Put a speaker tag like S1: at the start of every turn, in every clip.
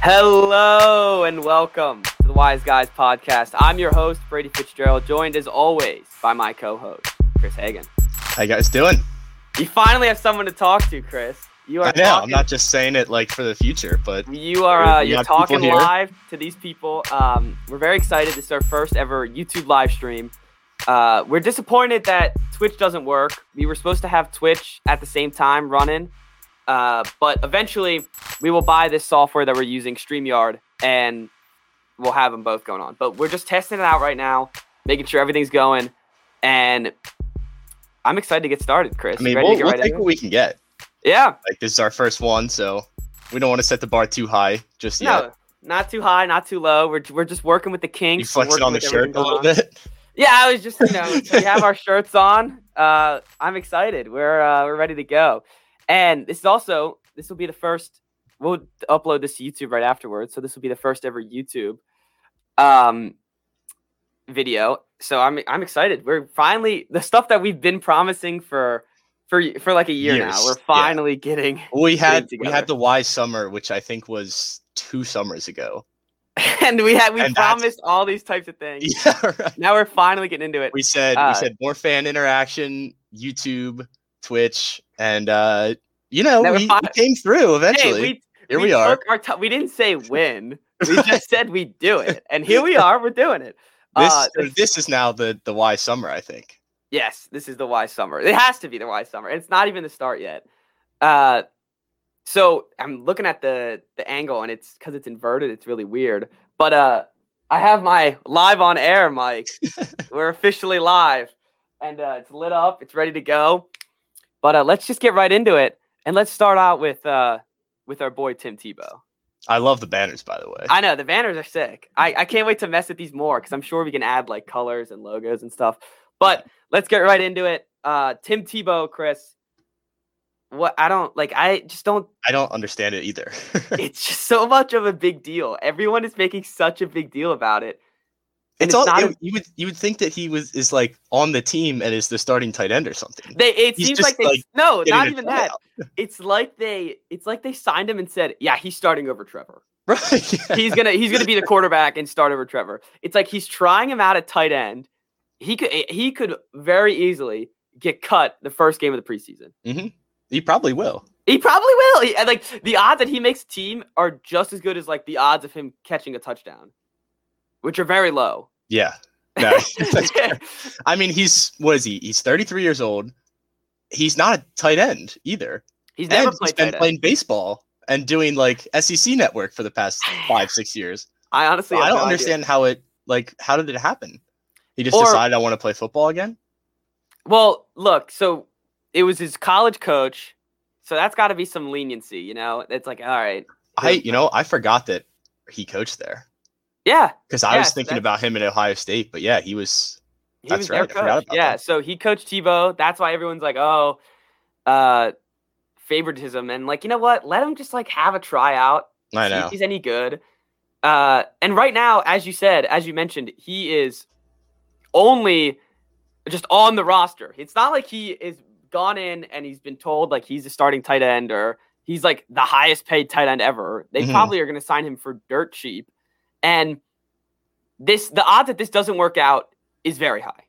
S1: Hello and welcome to the Wise Guys podcast. I'm your host, Brady Fitzgerald, joined as always by my co host, Chris Hagan.
S2: How you guys doing?
S1: You finally have someone to talk to, Chris. You are
S2: I know I'm
S1: talking-
S2: not just saying it like for the future, but
S1: You are
S2: There's
S1: uh,
S2: a
S1: you're
S2: lot of people
S1: talking
S2: here.
S1: live to these people. Um, we're very excited. This is our first ever YouTube live stream. Uh, we're disappointed that Twitch doesn't work. We were supposed to have Twitch at the same time running, uh, but eventually we will buy this software that we're using, Streamyard, and we'll have them both going on. But we're just testing it out right now, making sure everything's going. And I'm excited to get started, Chris.
S2: I
S1: You
S2: mean,
S1: ready
S2: we'll,
S1: to get
S2: we'll
S1: right
S2: take
S1: into
S2: what
S1: it?
S2: we can get.
S1: Yeah,
S2: Like this is our first one, so we don't want to set the bar too high just
S1: no.
S2: yet.
S1: Not too high, not too low. We're, we're just working with the
S2: You
S1: kinks. we're
S2: flexing
S1: working
S2: on the
S1: with everything
S2: shirt a
S1: going
S2: little
S1: on.
S2: bit.
S1: Yeah, I was just you know we have our shirts on. Uh, I'm excited. We're uh, we're ready to go, and this is also this will be the first. We'll upload this to YouTube right afterwards, so this will be the first ever YouTube um, video. So I'm I'm excited. We're finally the stuff that we've been promising for for y- for like a year now.
S2: Years,
S1: We're
S2: yeah.
S1: finally getting.
S2: We had we
S1: together.
S2: had the Y summer, which I think was two summers ago.
S1: And we had we
S2: And that's-
S1: promised all these types of things.
S2: Yeah, right.
S1: Now we're finally getting into it.
S2: We said
S1: Uh,
S2: we said more fan interaction, YouTube, Twitch, and uh, you know
S1: That we're
S2: we,
S1: fi-
S2: we came through
S1: Hey,
S2: eventually.
S1: we
S2: Here we, are.
S1: took Our ti- we didn't say when. We just said we do it, and here we are. We're doing it.
S2: This
S1: uh,
S2: so this is now the the Y summer, I think.
S1: Yes, this is the wise summer. It has to be the wise summer. It's not even the start yet. Uh, so I'm looking at the the angle, and it's because it's inverted. It's really weird. But uh, I have my live on air mic. We're officially live, and uh, it's lit up. It's ready to go. But uh, let's just get right into it, and let's start out with uh, with our boy Tim Tebow.
S2: I love the banners, by the way.
S1: I know the banners are sick. I, I can't wait to mess with these more because I'm sure we can add like colors and logos and stuff. But let's get right into it. Uh, Tim Tebow, Chris. What I don't like, I just don't.
S2: I don't understand it either.
S1: It's just so much of a big deal. Everyone is making such a big deal about it. And
S2: it's all
S1: not
S2: it-
S1: a-
S2: you would you would think that he was is like on the team and is the starting tight end or something.
S1: They it
S2: He's
S1: seems
S2: just,
S1: like they
S2: like,
S1: no,
S2: Getting
S1: not
S2: a
S1: even that.
S2: tryout.
S1: It's like they it's like they signed him and said, yeah, he's starting over Trevor.
S2: Right. yeah.
S1: he's gonna he's gonna be the quarterback and start over Trevor. It's like he's trying him out at tight end. He could he could very easily get cut the first game of the preseason.
S2: he probably will.
S1: He probably will. He- and, like the odds that he makes team are just as good as like the odds of him catching a touchdown, which are very low.
S2: Yeah. No. that's fair. I mean, he's what is he? He's 33 years old. He's not a tight end either.
S1: he's
S2: and
S1: never
S2: he's
S1: played
S2: been
S1: tight end.
S2: playing baseball and doing like SEC network for the past five, six years.
S1: I honestly
S2: So I
S1: have
S2: don't
S1: no idea.
S2: understand how it like how did it happen? He just
S1: Or-
S2: decided I want to play football again.
S1: Well, look, so it was his college coach, so that's got to be some leniency, you know. It's like all right,
S2: I you know I forgot that he coached there.
S1: yeah,
S2: Because I
S1: Yeah,
S2: was
S1: so
S2: thinking
S1: that's-
S2: about him at Ohio State, but yeah, he was.
S1: He
S2: That's
S1: was
S2: right, I
S1: their
S2: forgot
S1: coach.
S2: about
S1: Yeah.
S2: that.
S1: So he coached Tebow. That's why everyone's like, oh, uh, favoritism. And like, you know what? Let him just like have a tryout.
S2: I
S1: see if
S2: know.
S1: he's any good. Uh, and right now, as you said, as you mentioned, he is only just on the roster. It's not like he is gone in and he's been told like he's a starting tight end or he's like the highest paid tight end ever. They
S2: Mhm.
S1: probably are going to sign him for dirt cheap. And this, the odds that this doesn't work out is very high.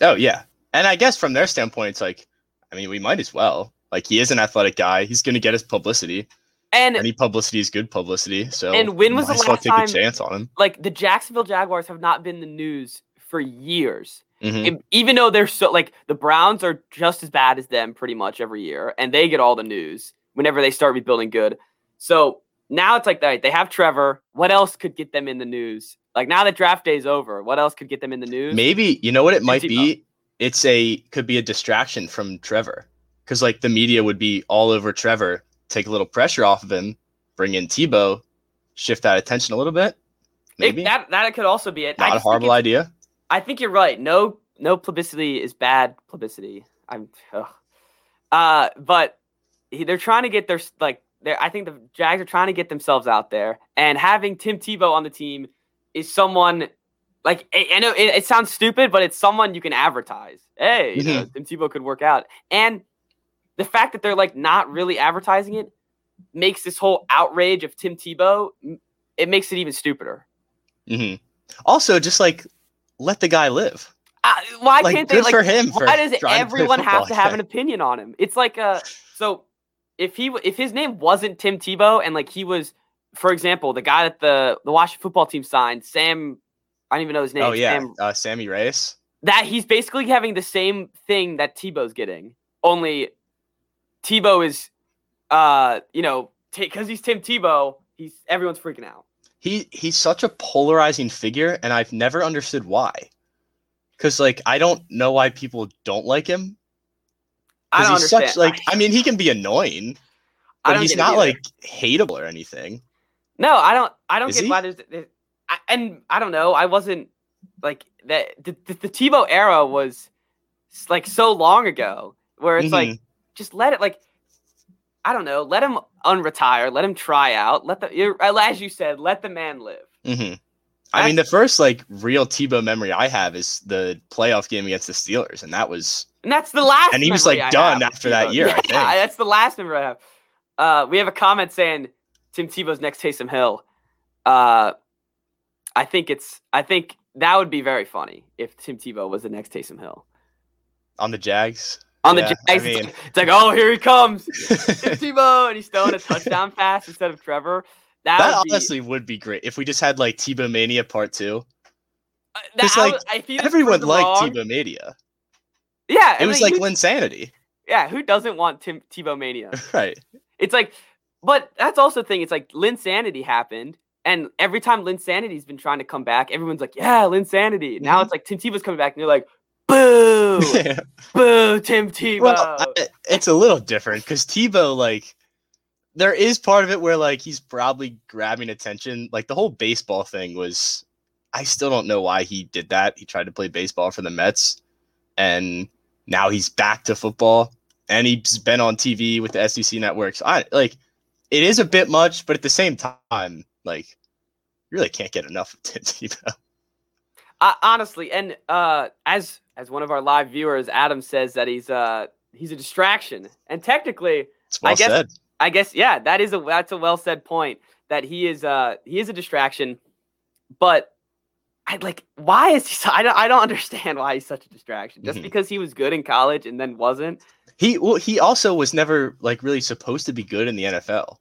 S2: Oh yeah, and I guess from their standpoint, it's like, I mean, we might as well. Like he is an athletic guy. He's going to get his publicity.
S1: And
S2: Any publicity is good publicity. So
S1: And when was
S2: might
S1: the
S2: as well
S1: last
S2: take
S1: time-
S2: a chance on him?
S1: like the Jacksonville Jaguars have not been in the news for years.
S2: Mhm.
S1: E- even though they're so like the Browns are just as bad as them pretty much every year, and they get all the news whenever they start rebuilding good. So now it's like all right, they have Trevor. What else could get them in the news? Like now that draft day's over, what else could get them in the news?
S2: Maybe you know what it might
S1: Tebow.
S2: be. It's a could be a distraction from Trevor because like the media would be all over Trevor, take a little pressure off of him, bring in Tebow, shift that attention a little bit.
S1: It-
S2: Maybe
S1: that that could also be it. I
S2: not a
S1: just think
S2: horrible
S1: it's-
S2: idea.
S1: I think you're right. No, no publicity is bad publicity. I'm, ugh. uh, but he- they're trying to get their s- like. They're, I think the Jags are trying to get themselves out there, and having Tim Tebow on the team is someone like I, I know it, it sounds stupid, but it's someone you can advertise. Hey, uh, you know, Tim Tebow could work out, and the fact that they're like not really advertising it makes this whole outrage of Tim Tebow, it makes it even stupider.
S2: hmm Also, just like let the guy live.
S1: Uh, why
S2: Like,
S1: can't they?
S2: good
S1: Like,
S2: for him. For
S1: why does
S2: trying to play
S1: everyone have
S2: football
S1: to have an
S2: again.
S1: opinion on him? It's like uh so if he w- if his name wasn't Tim Tebow and like he was, for example, the guy that the the Washington football team signed, Sam, I don't even know his name.
S2: Oh yeah,
S1: Sam-
S2: uh, Sammy Rice.
S1: that he's basically having the same thing that Tebow's getting, only Tebow is, uh, you know, because he's Tim Tebow, he's everyone's freaking out.
S2: He he's such a polarizing figure, and I've never understood why. Because like I don't know why people don't like him.
S1: I
S2: 'cause
S1: don't
S2: he's
S1: understand.
S2: Such, like I mean, he can be annoying,
S1: I
S2: but
S1: don't
S2: he's
S1: get it
S2: not
S1: either.
S2: like hateable or anything.
S1: No, I don't. I don't
S2: Is
S1: get
S2: he?
S1: why there's. there- I, and I don't know. I wasn't like that. The, the, the Tebow era was s- like so long ago, where it's like
S2: Mm-hmm.
S1: just let it like. I don't know. Let him unretire. Let him try out. Let the you're- as you said, let the man live.
S2: hmm I mean, the first like real Tebow memory I have is the playoff game against the Steelers, and that was
S1: And that's the last.
S2: And he was,
S1: memory
S2: like,
S1: I
S2: done
S1: have of
S2: after that
S1: Tebow.
S2: year, I
S1: Yeah,
S2: think.
S1: that's the last number I have. Uh, we have a comment saying Tim Tebow's next Taysom Hill. Uh, I think it's. I think that would be very funny if Tim Tebow was the next Taysom Hill
S2: on the Jags.
S1: on
S2: Yeah,
S1: the
S2: I
S1: Jags. it's
S2: mean-
S1: like- it's like, oh, here he comes, Tim Tebow, and he's throwing a touchdown pass instead of Trevor. That,
S2: That
S1: would
S2: honestly would be great if we just had like Tebow Mania part two.
S1: be, uh,
S2: it's
S1: I
S2: like,
S1: would- if he didn't
S2: Everyone
S1: prove
S2: liked
S1: wrong-
S2: Tebow Mania.
S1: Yeah,
S2: It
S1: and
S2: was like
S1: who-
S2: Linsanity.
S1: yeah, who doesn't want Tim Tebow mania?
S2: Right.
S1: It's like, but that's also the thing. It's like Lin Sanity happened, and every time Lin Sanity's been trying to come back, everyone's like, "Yeah, Lin Sanity." Now
S2: Mm-hmm.
S1: it's like Tim Tebow's coming back, and you're like, "Boo, boo, Tim Tebow."
S2: well, I- it's a little different because Tebow, like, there is part of it where, like, he's probably grabbing attention. Like, the whole baseball thing was, I still don't know why he did that. He tried to play baseball for the Mets, and now he's back to football, and he's been on TV with the E SEC networks. I like, it is a bit much, but at the same time, like, you really can't get enough of Tim Tebow.
S1: I, honestly, and uh, as as one of our live viewers, Adam says that he's uh he's a distraction, and technically,
S2: It's well
S1: I guess-
S2: said.
S1: I guess yeah, that is a that's a well said point that he is uh he is a distraction, but I like why is he? So, I don't I don't understand why he's such a distraction. Just
S2: Mhm.
S1: because he was good in college and then wasn't.
S2: He well, he also was never like really supposed to be good in the NFL.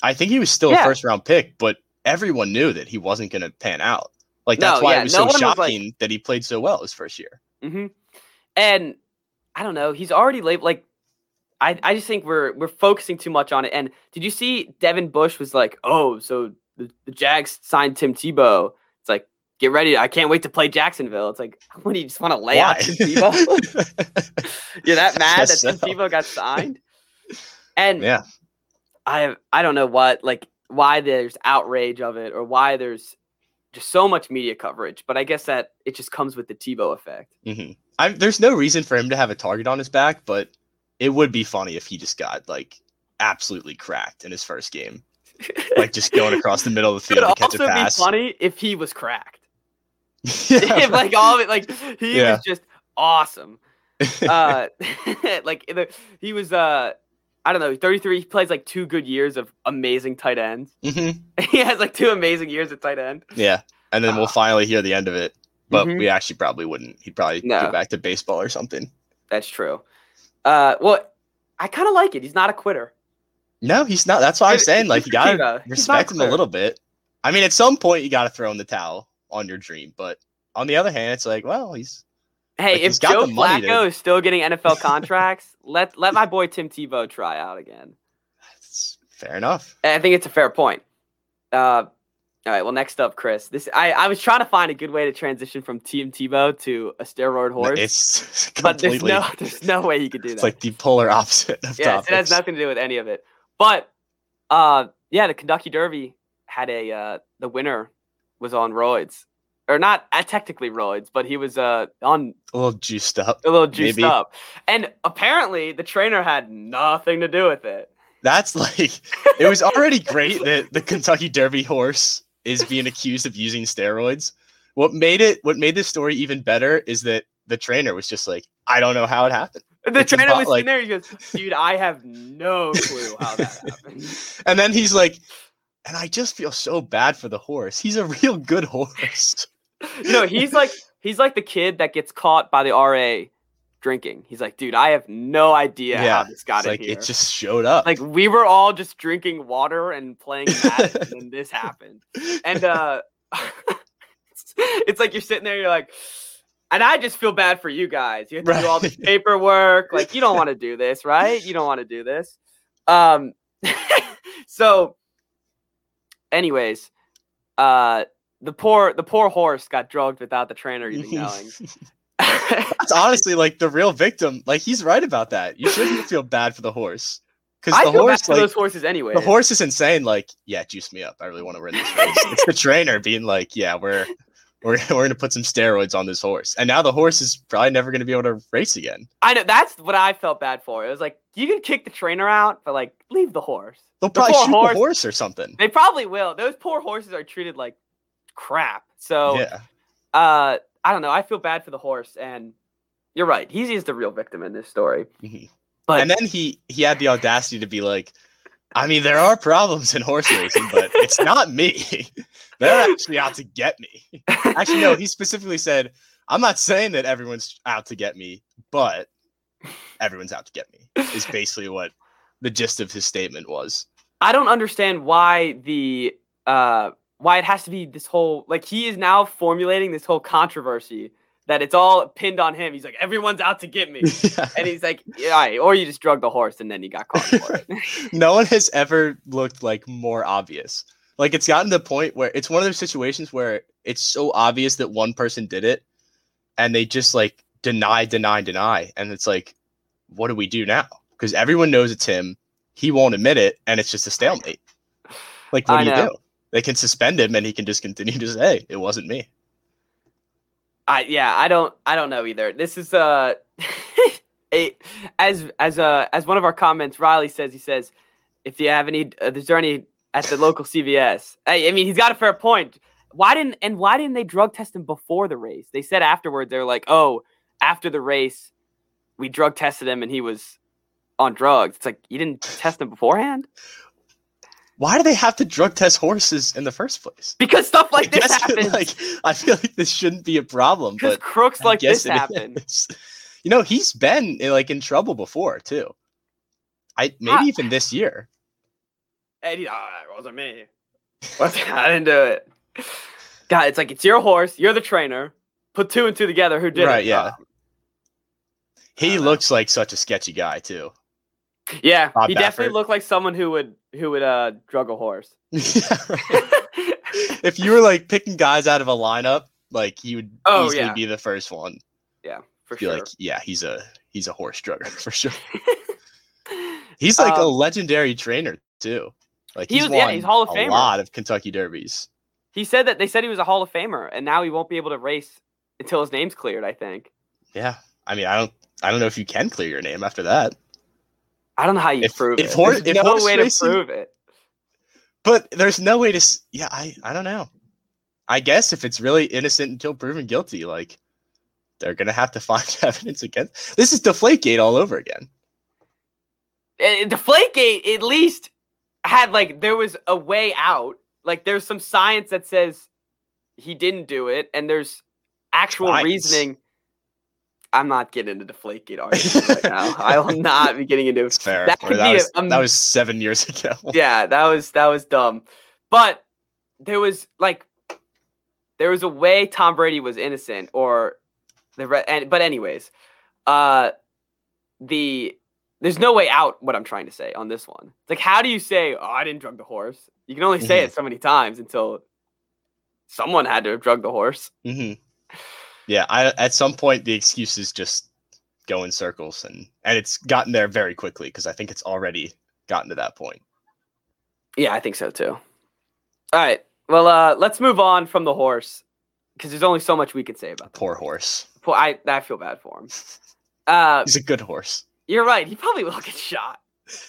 S2: I think he was still
S1: Yeah.
S2: a first round pick, but everyone knew that he wasn't going to pan out. Like
S1: No,
S2: that's why
S1: yeah,
S2: it was
S1: no
S2: so
S1: one was, like-
S2: shocking that he played so well his first year.
S1: hmm And I don't know. He's already late. Like I I just think we're we're focusing too much on it. And did you see Devin Bush was like, oh, so the, the Jags signed Tim Tebow. It's like get ready. I can't wait to play Jacksonville. It's like what do you just want to lay out
S2: Why?
S1: Tim Tebow? You're that mad that
S2: guess
S1: Tim
S2: so.
S1: Tebow got signed? And
S2: Yeah.
S1: I I don't know what like why there's outrage of it or why there's just so much media coverage, but I guess that it just comes with the Tebow effect.
S2: hmm I, there's no reason for him to have a target on his back, but it would be funny if he just got like absolutely cracked in his first game, like just going across the middle of the
S1: it would
S2: field to catch
S1: also
S2: a
S1: be
S2: pass.
S1: funny if he was cracked.
S2: yeah,
S1: if, like all of it, like he
S2: Yeah.
S1: was just awesome. Uh, like the, he was uh, I don't know, 33. He plays like two good years of amazing tight ends.
S2: Mhm.
S1: he has like two amazing years at tight end.
S2: Yeah, and then we'll
S1: Uh,
S2: finally hear the end of it. But
S1: Mhm.
S2: we actually probably wouldn't. He'd probably
S1: No.
S2: go back to baseball or something.
S1: That's true. Uh, well, I kind of like it. He's not a quitter.
S2: No, he's not. That's why I'm
S1: Good-
S2: saying
S1: good
S2: like you
S1: for
S2: gotta
S1: Tebow. He's not
S2: respect him a
S1: quitter.
S2: little bit. I mean, at some point you gotta throw in the towel on your dream, but on the other hand, it's like, well, he's
S1: Hey,
S2: Like,
S1: if
S2: he's got
S1: Joe
S2: the money
S1: Flacco
S2: to-
S1: is still getting NFL contracts, let let my boy Tim Tebow try out again.
S2: it's fair enough.
S1: I think it's a fair point. Uh, all right. Well, next up, Chris. This I, I was trying to find a good way to transition from Team Tebow to a steroid horse,
S2: It's
S1: but there's
S2: completely
S1: no there's no way you could do that.
S2: it's like the polar opposite of
S1: yeah, it
S2: topics.
S1: has nothing to do with any of it. But uh, yeah, the Kentucky Derby had a uh, the winner was on roids, or not uh, technically roids, but he was uh, on
S2: a little juiced up.
S1: a little juiced
S2: Maybe.
S1: up, and apparently the trainer had nothing to do with it.
S2: That's like it was already great that the Kentucky Derby horse is being accused of using steroids. What made it what made this story even better is that the trainer was just like, I don't know how it happened.
S1: The
S2: It's
S1: trainer
S2: about,
S1: was
S2: like-
S1: sitting there. He goes, "Dude, I have no clue how that happened."
S2: and then he's like, and I just feel so bad for the horse. He's a real good horse.
S1: no, he's like he's like the kid that gets caught by the RA drinking. He's like, dude, I have no idea how
S2: Yeah,
S1: this got
S2: It's
S1: in
S2: like
S1: here.
S2: it just showed up.
S1: like we were all just drinking water and playing Madden, and then this happened. And uh, it's like you're sitting there, you're like, and I just feel bad for you guys. You have to do all this
S2: Right.
S1: paperwork. Like you don't want to do this, right? You don't want to do this. Um, so, anyways, uh, the poor the poor horse got drugged without the trainer even knowing.
S2: That's honestly like the real victim. Like he's right about that. You shouldn't feel bad for the horse because
S1: I
S2: the
S1: feel bad
S2: horse,
S1: for
S2: like
S1: those horses anyway.
S2: the horse, is insane. Like, yeah, juice me up. I really want to win this race. it's the trainer being like, yeah, we're we're we're gonna put some steroids on this horse, and now the horse is probably never gonna be able to race again.
S1: I know that's what I felt bad for. It was like you can kick the trainer out, but like leave the horse.
S2: They'll probably
S1: poor
S2: shoot
S1: horse-
S2: the horse or something.
S1: They probably will. Those poor horses are treated like crap. So
S2: yeah,
S1: uh I don't know. I feel bad for the horse and you're right. He is the real victim in this story.
S2: Mhm.
S1: But
S2: and then he he had the audacity to be like, I mean, there are problems in horse racing, but it's not me. They're actually out to get me. Actually, no, he specifically said, I'm not saying that everyone's out to get me, but everyone's out to get me. Is basically what the gist of his statement was.
S1: I don't understand why the uh why it has to be this whole like he is now formulating this whole controversy that it's all pinned on him. He's like, everyone's out to get me. And he's like, yeah, all right, or you just drug the horse and then you got caught for it.
S2: no one has ever looked like more obvious. Like it's gotten to the point where it's one of those situations where it's so obvious that one person did it and they just like deny, deny, deny. And it's like, what do we do now? Because everyone knows it's him. He won't admit it and it's just a stalemate. Like, what
S1: I
S2: do you
S1: know.
S2: do? They can suspend him and he can just continue to say, it wasn't me.
S1: I yeah, I don't I don't know either. This is uh a as as uh as one of our comments Riley says he says if you have any uh, is there any at the local CVS. I, I mean, he's got a fair point. Why didn't and why didn't they drug test him before the race? They said afterward they're like, "Oh, after the race we drug tested him and he was on drugs." It's like you didn't test him beforehand?
S2: Why do they have to drug test horses in the first place?
S1: Because stuff like this
S2: That's-
S1: happens.
S2: like I feel like this shouldn't be a problem,
S1: Because
S2: but
S1: crooks
S2: I
S1: like
S2: guess
S1: this
S2: it
S1: happen.
S2: is. You know, he's been eh, like in trouble before too. I maybe
S1: Ah.
S2: even this year.
S1: Eddie, oh, it wasn't me. I didn't do it. God, it's like it's your horse. You're the trainer. Put two and two together. Who did it?
S2: Right, yeah. He
S1: dunno.
S2: looks like such a sketchy guy too.
S1: Uh, yeah.
S2: Bob
S1: he definitely
S2: Baffert.
S1: looked like someone who would who would uh drug a horse.
S2: if you were like picking guys out of a lineup, like he would
S1: Oh,
S2: easily
S1: yeah.
S2: be the first one.
S1: For
S2: Be
S1: sure.
S2: like, yeah, he's a he's a horse drugger for sure. He's like a
S1: Um,
S2: legendary trainer too. Like
S1: he
S2: he's
S1: was- yeah,
S2: won
S1: he's Hall of
S2: a
S1: Famer.
S2: lot of Kentucky derbies.
S1: he said that they said he was a Hall of Famer, and now he won't be able to race until his name's cleared. I think.
S2: Yeah, I mean, I don't I don't know if you can clear your name after that.
S1: I don't know how you
S2: If-
S1: prove
S2: if
S1: it.
S2: hor-
S1: There's
S2: if
S1: no
S2: horse
S1: way to
S2: racing-
S1: prove it.
S2: But there's no way to. s- Yeah, I I don't know. I guess if it's really innocent until proven guilty, like they're gonna have to find evidence against. This is Deflategate all over again.
S1: uh, Deflategate at least had like there was a way out. Like there's some science that says he didn't do it, and there's actual
S2: Science.
S1: reasoning. I'm not getting into Deflategate arguments right now. I will not be getting into.
S2: It's fair.
S1: That
S2: Or
S1: could
S2: that
S1: be a-
S2: was,
S1: um,
S2: that was seven years ago.
S1: Yeah, that was that was dumb, but there was like there was a way Tom Brady was innocent, or the re- and but anyways, uh, the there's no way out. What I'm trying to say on this one, it's like how do you say, "Oh, I didn't drug the horse"? You can only say it so many times until someone had to have drugged the horse.
S2: hmm Yeah. I at some point the excuses just go in circles, and and it's gotten there very quickly because I think it's already gotten to that point.
S1: Yeah, I think so too. All right, well, uh, let's move on from the horse because there's only so much we can say about that.
S2: Poor horse.
S1: Poor- I I feel bad for him. Uh,
S2: He's a good horse.
S1: You're right. He probably will get shot.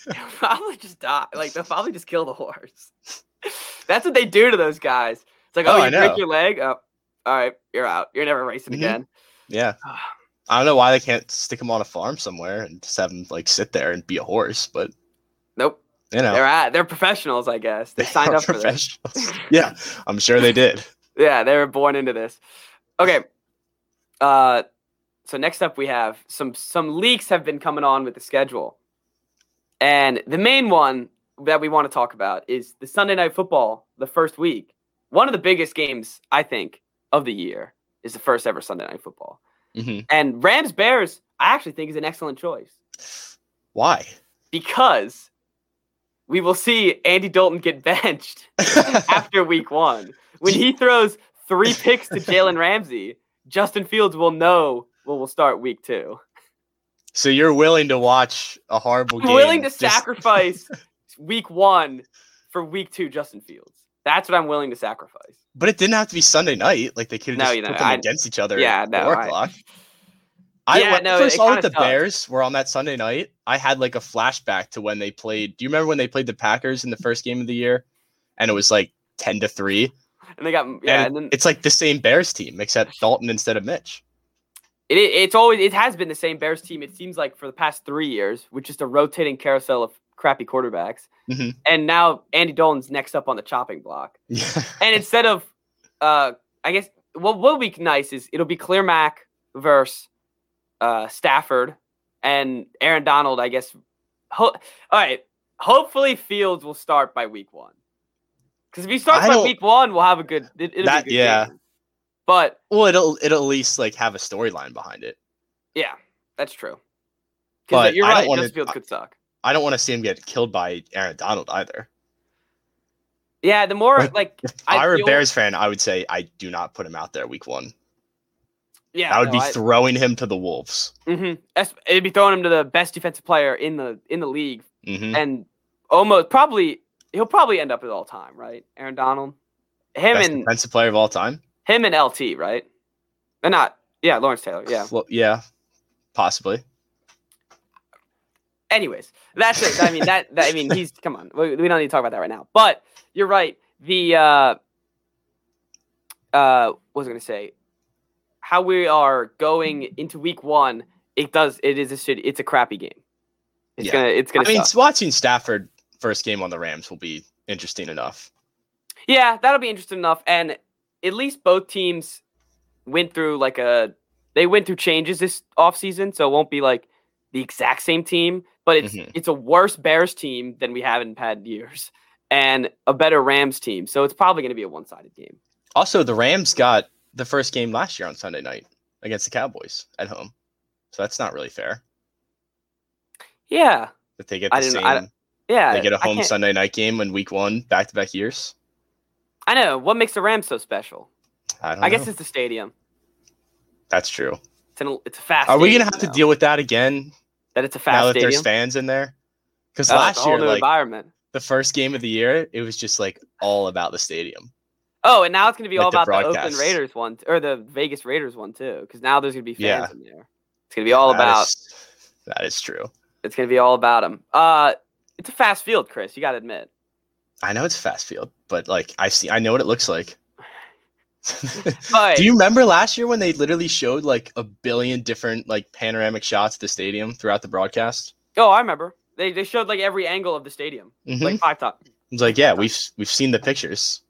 S1: He'll probably just die. Like they'll probably just kill the horse. That's what they do to those guys. It's like,
S2: Oh,
S1: oh,
S2: I
S1: you break
S2: know. Mm-hmm.
S1: your leg. Oh, all right, you're out. You're never racing
S2: Mhm.
S1: again.
S2: Yeah. I don't know why they can't stick him on a farm somewhere and just have him like sit there and be a horse, but
S1: Nope.
S2: you know
S1: They're at they're professionals, I guess. They, signed
S2: are
S1: up for this.
S2: professionals. yeah, I'm sure they did.
S1: Yeah, they were born into this. Okay. Uh so next up we have some some leaks have been coming on with the schedule. And the main one that we want to talk about is the Sunday night football, the first week. One of the biggest games, I think, of the year is the first ever Sunday night football.
S2: Mhm.
S1: And Rams Bears, I actually think is an excellent choice
S2: Why?
S1: because we will see Andy Dalton get benched after week one. When he throws three picks to Jalen Ramsey, Justin Fields will know well we'll start week two.
S2: so you're willing to watch a horrible
S1: I'm
S2: game?
S1: willing to
S2: just-
S1: sacrifice week one for week two, Justin Fields. That's what I'm willing to sacrifice.
S2: But it didn't have to be Sunday night. Like they could have
S1: No,
S2: just
S1: you know,
S2: put them
S1: I-
S2: against each other.
S1: yeah,
S2: at
S1: no,
S2: four
S1: I-
S2: o'clock. I
S1: Yeah,
S2: when I
S1: no,
S2: first
S1: it
S2: saw that
S1: kinda
S2: the
S1: sucked.
S2: Bears were on that Sunday night. I had like a flashback to when they played. Do you remember when they played the Packers in the first game of the year? And it was like ten to three.
S1: And they got yeah,
S2: and
S1: and, then
S2: it's like the same Bears team except Dalton instead of Mitch.
S1: it, it's always it has been the same Bears team. It seems like for the past three years, with just a rotating carousel of crappy quarterbacks,
S2: Mhm.
S1: and now Andy Dalton's next up on the chopping block.
S2: Yeah,
S1: and instead of uh I guess what will be nice is it'll be Clear Mac versus uh Stafford and Aaron Donald, I guess. Ho- all right. Hopefully Fields will start by week one. Because if he starts
S2: I
S1: by
S2: don't-
S1: week one, we'll have a good it, will
S2: That-
S1: be a good
S2: yeah.
S1: game. But
S2: Well, it'll it'll at least like have a storyline behind it.
S1: yeah, that's true. Because
S2: But
S1: you're
S2: I don't
S1: right,
S2: wanna-
S1: Justin Fields could suck.
S2: I don't want to see him get killed by Aaron Donald either.
S1: Yeah, the more
S2: Like,
S1: like
S2: If I, were a
S1: feel-
S2: Bears fan, I would say I do not put him out there week one.
S1: yeah,
S2: I would
S1: no,
S2: be
S1: I-
S2: throwing him to the wolves.
S1: mhm. It'd be throwing him to the best defensive player in the in the league
S2: hmm
S1: and almost probably he'll probably end up at all time, right? Aaron Donald, him
S2: Best
S1: and
S2: defensive player of all time.
S1: him and LT, right? They're not, yeah, Lawrence Taylor, yeah.
S2: Well, yeah, possibly.
S1: Anyways, that's it. I mean that, that I mean he's come on, we, we don't need to talk about that right now. But you're right. The uh, uh, what was I gonna say? How we are going into week one, it does it is a shitty, it's a crappy game. It's
S2: Yeah.
S1: gonna it's
S2: I
S1: gonna.
S2: mean,
S1: suck.
S2: watching Stafford first game on the Rams will be interesting enough.
S1: Yeah, that'll be interesting enough. And at least both teams went through like a they went through changes this offseason, so it won't be like the exact same team, but it's
S2: Mhm.
S1: it's a worse Bears team than we haven't had years. And a better Rams team. So it's probably gonna be a one sided game.
S2: Also, the Rams got the first game last year on Sunday night against the Cowboys at home, so that's not really fair
S1: Yeah.
S2: that they get
S1: I
S2: the
S1: didn't-
S2: same.
S1: I Yeah.
S2: they get a
S1: I
S2: home
S1: can't-
S2: Sunday night game in week one, back to back years.
S1: I know. What makes the Rams so special?
S2: I don't.
S1: I, guess
S2: know.
S1: it's the stadium.
S2: that's true.
S1: It's an, it's a fast
S2: Are we
S1: stadium,
S2: gonna have to
S1: you know,
S2: deal with that again
S1: that it's a
S2: now
S1: fast
S2: that
S1: stadium?
S2: there's fans in there? Because
S1: Oh, it's a
S2: last
S1: whole
S2: year,
S1: new
S2: like
S1: environment.
S2: the first game of the year, it was just like all about the stadium.
S1: Oh, and now it's going to be
S2: Like
S1: all
S2: the
S1: about the Oakland
S2: broadcasts.
S1: Raiders one or the Vegas Raiders one too, because now there's going to be fans
S2: Yeah.
S1: in there. It's going to be all
S2: That
S1: about.
S2: is- that is true.
S1: It's going to be all about them. Uh, it's a fast field, Chris. You got to admit.
S2: I know it's a fast field, but like I see, I know what it looks like.
S1: But
S2: Do you remember last year when they literally showed like a billion different like panoramic shots of the stadium throughout the broadcast?
S1: oh, I remember they they showed like every angle of the stadium,
S2: Mhm.
S1: like uh, five times.
S2: it's like yeah, we've we've seen the pictures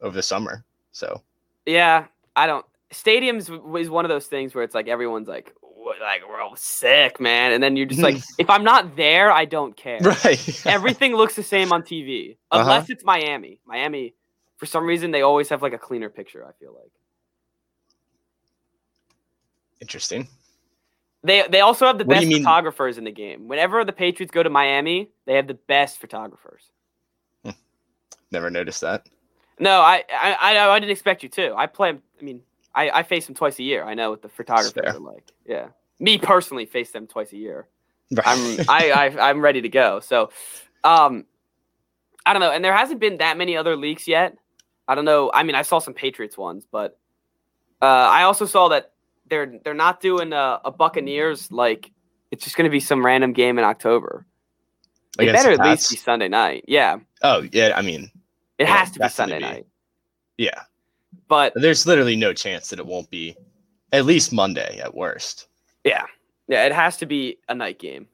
S2: over the summer, so
S1: Yeah, I don't. Stadiums w- is one of those things where it's like everyone's like, "Wha- like we're all sick, man, and then you're just like, if I'm not there, I don't care.
S2: right.
S1: Everything looks the same on TV,
S2: Uh-huh.
S1: unless it's Miami. Miami, for some reason, they always have like a cleaner picture. I feel like.
S2: Interesting.
S1: They they also have the
S2: What do
S1: best
S2: you mean-
S1: photographers in the game. Whenever the Patriots go to Miami, they have the best photographers.
S2: Never noticed that.
S1: No, I I I, know, I didn't expect you to. I play. 'em- I mean, I, I face them twice a year. I know what the photographers
S2: fair.
S1: are like. Yeah, me personally face them twice a year.
S2: Right.
S1: I'm I, I I'm ready to go. So, um, I don't know. And there hasn't been that many other leaks yet. I don't know. I mean, I saw some Patriots ones, but uh, I also saw that they're they're not doing a, a Buccaneers like it's just going to be some random game in October. It
S2: Against
S1: better
S2: the
S1: at least
S2: Pats?
S1: be Sunday night. Yeah,
S2: Oh yeah, I mean
S1: it
S2: Yeah,
S1: has to be
S2: that's gonna
S1: Sunday
S2: be-
S1: night.
S2: yeah.
S1: But
S2: There's literally no chance that it won't be at least Monday at worst.
S1: Yeah, it has to be a night game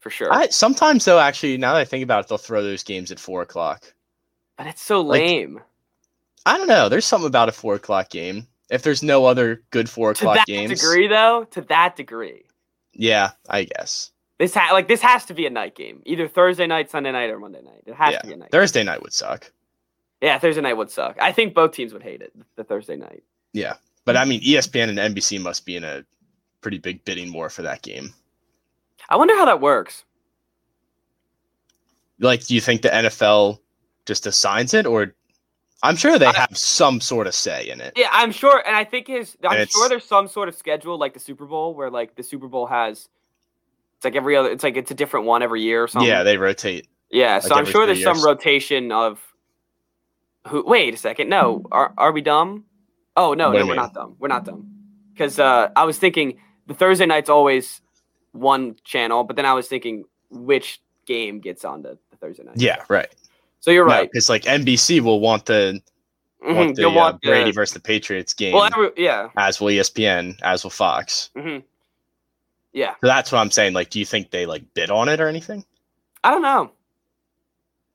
S1: for sure.
S2: I sometimes though, actually, now that I think about it, they'll throw those games at four o'clock.
S1: but it's so
S2: like,
S1: lame.
S2: I don't know. There's something about a four o'clock game. If there's no other good four
S1: To that
S2: o'clock games,
S1: degree, though, to that degree,
S2: yeah, I guess
S1: this ha- like this has to be a night game, either Thursday night, Sunday night, or Monday night. It has
S2: Yeah.
S1: to be a night. game.
S2: Thursday night would suck.
S1: yeah, Thursday night would suck. I think both teams would hate it. The Thursday night.
S2: Yeah, but I mean, E ESPN and NBC must be in a pretty big bidding war for that game.
S1: I wonder how that works.
S2: Like, do you think the NFL just assigns it, or I'm sure they
S1: I-
S2: have some sort of say in it?
S1: Yeah, I'm sure, and I think his. I'm
S2: And it's-
S1: sure there's some sort of schedule like the Super Bowl, where like the Super Bowl has. It's like every other. It's like it's a different one every year or something.
S2: Yeah, they rotate.
S1: Yeah, so
S2: Like
S1: I'm
S2: every
S1: sure
S2: three
S1: there's some
S2: years.
S1: rotation of who. Wait a second. No,
S2: Hmm.
S1: are are we dumb? Oh no, no,
S2: What do you
S1: we're
S2: mean?
S1: not dumb. We're not dumb. Because uh, I was thinking the Thursday night's always one channel, but then I was thinking which game gets on the, the Thursday night.
S2: Yeah, right.
S1: So you're right.
S2: because like NBC will want the
S1: Mhm,
S2: want the,
S1: You'll
S2: uh,
S1: want the-
S2: Brady versus the Patriots game,
S1: well, every, yeah,
S2: as will E ESPN, as will Fox.
S1: hmm yeah.
S2: So that's what I'm saying. Like, do you think they like bid on it or anything?
S1: I don't know.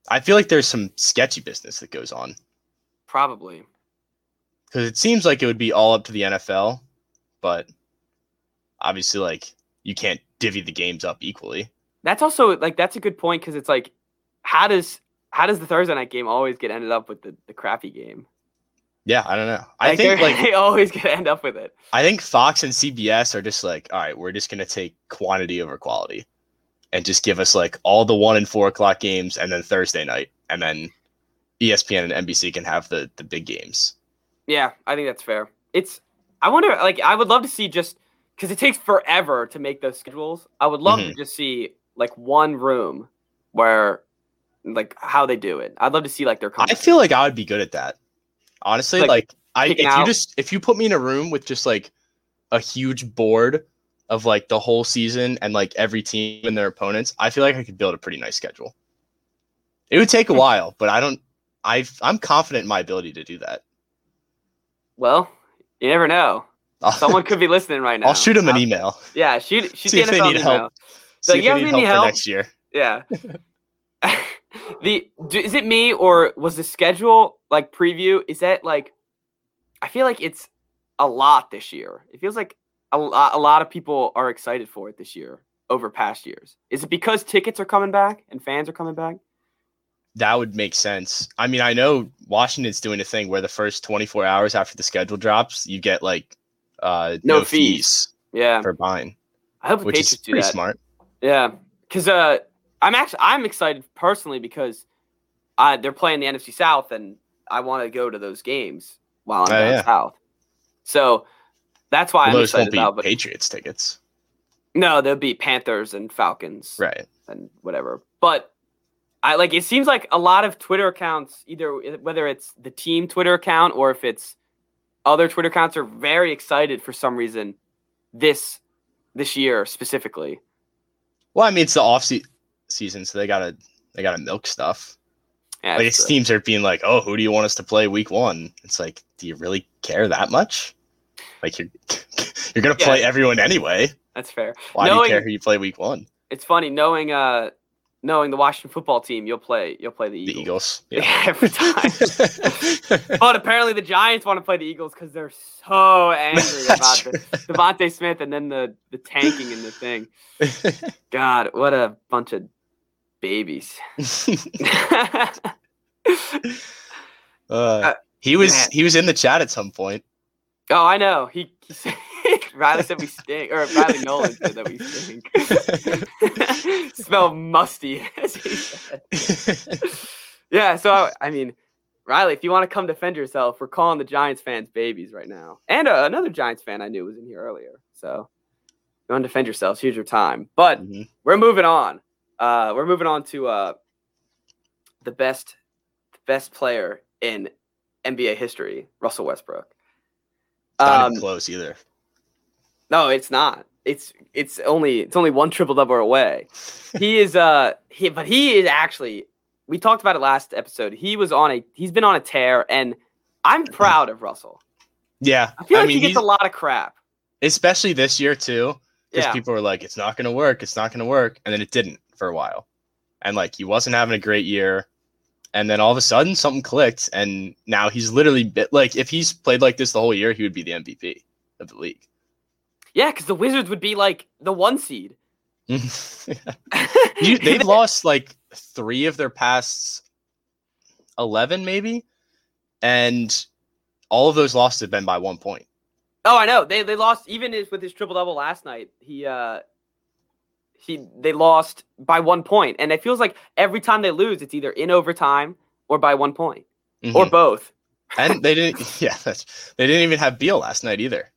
S2: I feel like there's some sketchy business that goes on
S1: Probably.
S2: because it seems like it would be all up to the NFL, but obviously, like you can't divvy the games up equally.
S1: That's also like that's a good point because it's like, how does how does the Thursday night game always get ended up with the, the crappy game?
S2: Yeah, I don't know. I
S1: they're-
S2: think like
S1: they always get end up with it.
S2: I think Fox and CBS are just like, all right, we're just gonna take quantity over quality, and just give us like all the one and four o'clock games, and then Thursday night, and then E ESPN and NBC can have the the big games.
S1: Yeah, I think that's fair. It's I wonder like I would love to see just because it takes forever to make those schedules. I would love
S2: Mm-hmm.
S1: to just see like one room where like how they do it. I'd love to see like their
S2: I
S1: company.
S2: feel like I would be good at that. Honestly,
S1: Like,
S2: like, I if
S1: picking
S2: you
S1: out-
S2: just if you put me in a room with just like a huge board of like the whole season and like every team and their opponents, I feel like I could build a pretty nice schedule. It would take a
S1: Hmm.
S2: while, but I don't I I'm confident in my ability to do that.
S1: well, you never know.
S2: I'll,
S1: Someone could be listening right now.
S2: I'll shoot them an
S1: Uh,
S2: email.
S1: Yeah, shoot shoot
S2: See
S1: the
S2: if they
S1: NFL
S2: need
S1: email.
S2: help. See if
S1: yeah,
S2: they
S1: we
S2: need
S1: need
S2: help,
S1: help.
S2: for next year.
S1: Yeah. the do, is it me or was the schedule like preview? Is that like I feel like it's a lot this year. It feels like a lot a lot of people are excited for it this year over past years. Is it because tickets are coming back and fans are coming back?
S2: That would make sense. I mean, I know Washington's doing a thing where the first 24 hours after the schedule drops, you get like uh
S1: No
S2: no,
S1: fees.
S2: fees.
S1: Yeah.
S2: for buying,
S1: I hope the
S2: which is
S1: Patriots do
S2: pretty
S1: that.
S2: smart.
S1: Yeah. Cuz uh I'm actually I'm excited personally because I they're playing the NFC South and I want to go to those games while I'm
S2: Oh,
S1: down
S2: yeah.
S1: south. So that's why
S2: Well,
S1: I'm
S2: those won't
S1: excited
S2: be
S1: about but
S2: Patriots tickets,
S1: No, there'll be Panthers and Falcons
S2: right?
S1: and whatever. But I like it seems like a lot of Twitter accounts, either whether it's the team Twitter account or if it's other Twitter accounts, are very excited for some reason this this year specifically.
S2: Well, I mean, it's the off se- season, so they gotta they gotta milk stuff.
S1: Yeah,
S2: Like
S1: it's,
S2: it's
S1: uh,
S2: teams are being like, "Oh, who do you want us to play week one?" It's like, do you really care that much? Like you're you're gonna play everyone anyway.
S1: that's fair.
S2: Why do
S1: Knowing-
S2: you care who you play week one?
S1: It's funny knowing uh knowing the Washington football team, you'll play you'll play the
S2: The
S1: Eagles.
S2: Eagles.
S1: Yeah, every time.
S2: Yeah.
S1: But apparently the Giants want to play the Eagles because they're so angry about
S2: That's
S1: the Devontae Smith and then the the tanking and the thing. God, what a bunch of babies.
S2: uh, he was
S1: man.
S2: he was in the chat at some point.
S1: Oh, I know. He, he said, Riley said we stink, or Riley Nolan said that we stink. Smell musty. as he said.
S2: Mm-hmm.
S1: yeah, so I, I mean, Riley, if you want to come defend yourself, we're calling the Giants fans babies right now. And uh, another Giants fan I knew was in here earlier. So if you want to defend yourselves? Here's your time. But
S2: Mhm.
S1: we're moving on. Uh, we're moving on to uh, the best, the best player in NBA history, Russell Westbrook.
S2: Not
S1: Um,
S2: even close either.
S1: no, it's not. It's it's only it's only one triple double away. He is uh he but he is actually we talked about it last episode. He was on a he's been on a tear and I'm proud of Russell.
S2: Yeah,
S1: I feel like
S2: mean,
S1: he gets
S2: he's-
S1: a lot of crap.
S2: especially this year too. because
S1: Yeah.
S2: people were like, "It's not going to work. It's not going to work," and then it didn't for a while, and like he wasn't having a great year, and then all of a sudden something clicked, and now he's literally bit, like if he's played like this the whole year, he would be the MVP of the league.
S1: Yeah, because the Wizards would be like the one seed.
S2: You- they've lost like three of their past eleven, maybe, and all of those losses have been by one point.
S1: Oh, I know. They they lost even his, with his triple double last night. He uh he they lost by one point, and it feels like every time they lose, it's either in overtime or by one point or both.
S2: Mm-hmm. and they didn't. Yeah, that's, they didn't even have Beal last night either,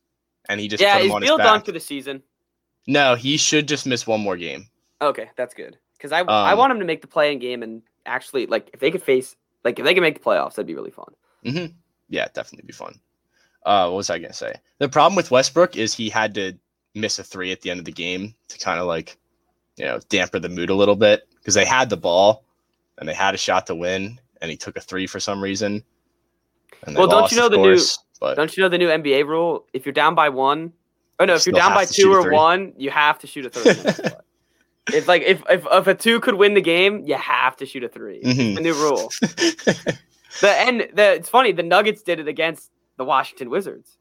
S2: and he just
S1: yeah,
S2: put him
S1: is
S2: on
S1: Beal
S2: his
S1: done
S2: back.
S1: for the season?
S2: No, he should just miss one more game.
S1: Okay, that's good because I I
S2: Um,
S1: want him to make the playing game and actually like if they could face like if they could make the playoffs, that'd be really fun.
S2: Yeah, it'd definitely be fun. Uh, what was I gonna say? The problem with Westbrook is he had to miss a three at the end of the game to kind of like, you know, damper the mood a little bit because they had the ball and they had a shot to win, and he took a three for some reason. And they
S1: Well, don't you
S2: lost,
S1: know
S2: of
S1: the new-
S2: course, But
S1: Don't you know the new NBA rule? If you're down by one, oh no, if you're
S2: Still
S1: down
S2: have
S1: by
S2: to shoot
S1: two
S2: a
S1: or
S2: three.
S1: one, you have to shoot a three. no matter what. it's like if, if if a two could win the game, you have to shoot a 3
S2: Mhm.
S1: It's a new rule. The and the it's funny the Nuggets did it against the Washington Wizards.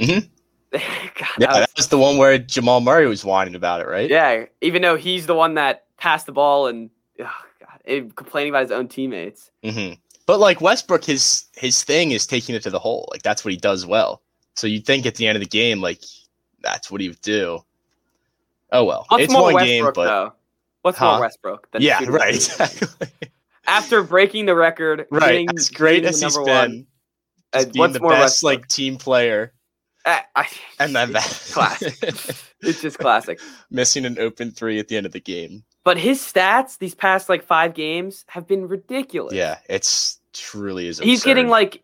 S2: Mhm.
S1: God,
S2: yeah,
S1: that was-
S2: that was the one where Jamal Murray was whining about it, right?
S1: yeah, even though he's the one that passed the ball and oh God, and complaining about his own teammates.
S2: hmm But like Westbrook, his his thing is taking it to the hole. Like that's what he does well. So you'd think at the end of the game, like that's what he would do. Oh well,
S1: What's
S2: it's
S1: more
S2: one
S1: Westbrook
S2: game, but
S1: though? What's
S2: Huh?
S1: more Westbrook? than
S2: yeah,
S1: shooting a
S2: right,
S1: three?
S2: exactly.
S1: After breaking the record,
S2: right.
S1: hitting-
S2: As great
S1: being
S2: as
S1: the
S2: he's
S1: number one,
S2: been,
S1: uh,
S2: as being the best like team player,
S1: Uh, I,
S2: and then
S1: it's
S2: that
S1: classic. it's just classic.
S2: missing an open three at the end of the game.
S1: But his stats these past like five games have been ridiculous.
S2: Yeah, it's truly is.
S1: he's getting
S2: absurd.
S1: like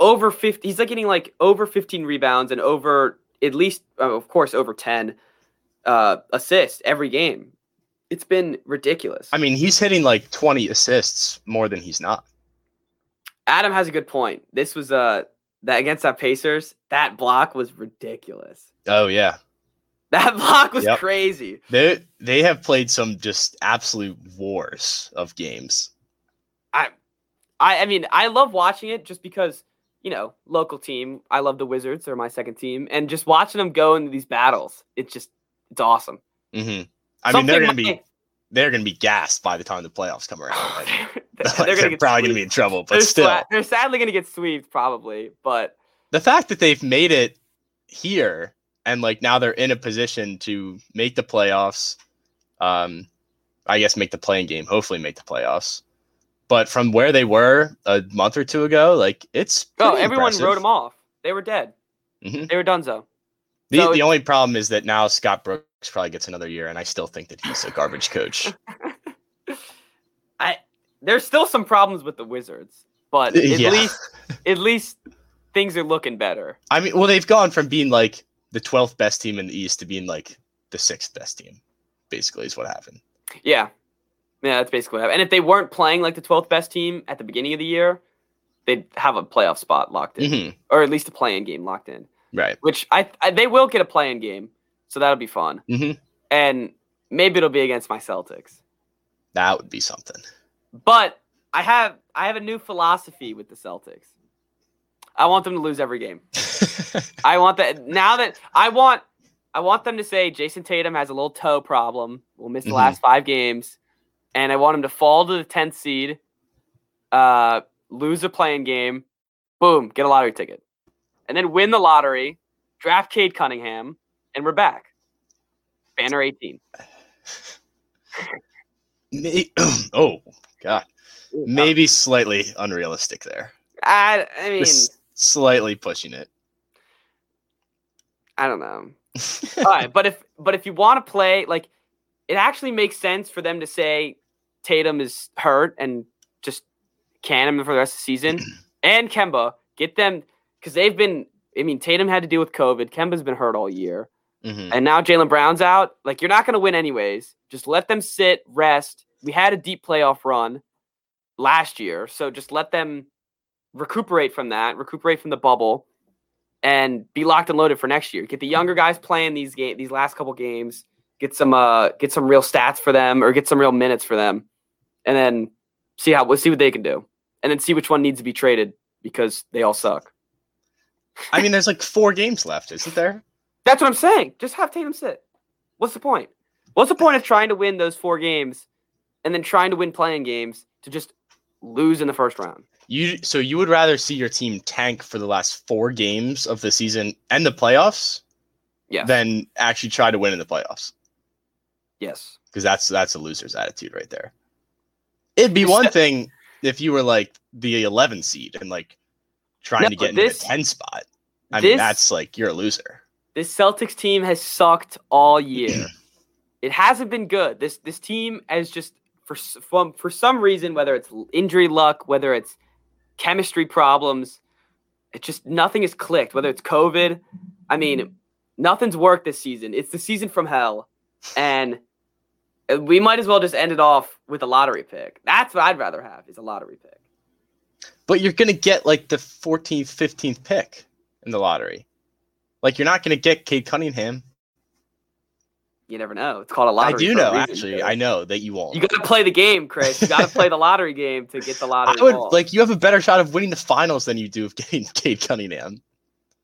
S1: over fifty. He's like getting like over fifteen rebounds and over at least, uh, of course, over ten uh, assists every game. It's been ridiculous.
S2: I mean, he's hitting like twenty assists more than he's not.
S1: Adam has a good point. This was uh that against that Pacers. That block was ridiculous.
S2: Oh yeah,
S1: That block was
S2: Yep.
S1: crazy.
S2: They they have played some just absolute wars of games.
S1: I, I mean, I love watching it just because, you know, local team. I love the Wizards. They're my second team. And just watching them go into these battles, it's just, it's awesome.
S2: Mm-hmm. I mean, they're
S1: Something
S2: gonna be
S1: might-
S2: they're gonna be gassed by the time the playoffs come around. Like, like,
S1: Oh, they're,
S2: they're,
S1: gonna get
S2: probably gonna
S1: sweeped.
S2: be in trouble. But
S1: they're,
S2: still,
S1: sla- they're sadly going to get sweeped, probably. But
S2: the fact that they've made it here and like now they're in a position to make the playoffs. Um, I guess make the playing game. Hopefully, make the playoffs. But from where they were a month or two ago, like it's
S1: oh,
S2: pretty
S1: everyone
S2: impressive.
S1: wrote them off. They were dead.
S2: Mhm.
S1: They were donezo.
S2: The,
S1: So
S2: the
S1: it's-
S2: only problem is that now Scott Brooks probably gets another year, and I still think that he's a garbage coach.
S1: I there's still some problems with the Wizards, but at
S2: Yeah.
S1: least at least things are looking better.
S2: I mean, well, they've gone from being like the 12th best team in the East to being like the sixth best team, basically, is what happened.
S1: Yeah. Yeah, that's basically what happened. And if they weren't playing like the 12th best team at the beginning of the year, they'd have a playoff spot locked in,
S2: Mhm.
S1: or at least a play in game locked in,
S2: Right.
S1: which I, I they will get a play in game. So that'll be fun.
S2: Mhm.
S1: And maybe it'll be against my Celtics.
S2: That would be something.
S1: But I have I have a new philosophy with the Celtics. I want them to lose every game. I want that now that I want I want them to say Jason Tatum has a little toe problem. We'll miss the
S2: Mhm.
S1: last five games, and I want him to fall to the tenth seed, uh, lose a playing game, boom, get a lottery ticket, and then win the lottery, draft Cade Cunningham, and we're back. Banner eighteen.
S2: May- oh, God.
S1: Ooh,
S2: Maybe slightly unrealistic there.
S1: I I mean
S2: Just slightly pushing it.
S1: I don't know. All right, but if but if you want to play, like it actually makes sense for them to say Tatum is hurt and just can him for the rest of the season, and Kemba get them because they've been. I mean, Tatum had to deal with COVID. Kemba's been hurt all year,
S2: Mhm.
S1: and now Jalen Brown's out. Like you're not going to win anyways. Just let them sit, rest. We had a deep playoff run last year, so just let them recuperate from that, recuperate from the bubble, and be locked and loaded for next year. Get the younger guys playing these game these last couple games. Get some uh get some real stats for them or get some real minutes for them, and then see how we'll see what they can do, and then see which one needs to be traded because they all suck.
S2: I mean, there's like four games left, isn't there?
S1: That's what I'm saying. Just have Tatum sit. What's the point? What's the point of trying to win those four games and then trying to win playing games to just lose in the first round?
S2: You so you would rather see your team tank for the last four games of the season and the playoffs
S1: Yes.
S2: than actually try to win in the playoffs
S1: yes.
S2: because that's that's a loser's attitude right there. It'd be
S1: You
S2: one
S1: said-
S2: thing if you were like the 11 seed and like trying
S1: No,
S2: to get
S1: this-
S2: into the 10 spot. I
S1: this-
S2: mean, that's like you're a loser.
S1: This Celtics team has sucked all year. it hasn't been good. This this team has just for s- from, for some reason, whether it's l- injury luck, whether it's chemistry problems, it just nothing has clicked. Whether it's COVID, I mean, nothing's worked this season. It's the season from hell, and uh, we might as well just end it off with a lottery pick. That's what I'd rather have is a lottery pick.
S2: But you're gonna get like the 14th, 15th pick in the lottery. Like you're not gonna get Cade Cunningham.
S1: You never know. It's called a
S2: I
S1: lottery.
S2: do
S1: for a
S2: know,
S1: reason,
S2: actually.
S1: Joe.
S2: I know that you won't.
S1: You got to play the game, Chris. You got to play the lottery game to get the
S2: I
S1: lottery.
S2: would
S1: ball.
S2: like you have a better shot of winning the finals than you do of getting Cade Cunningham.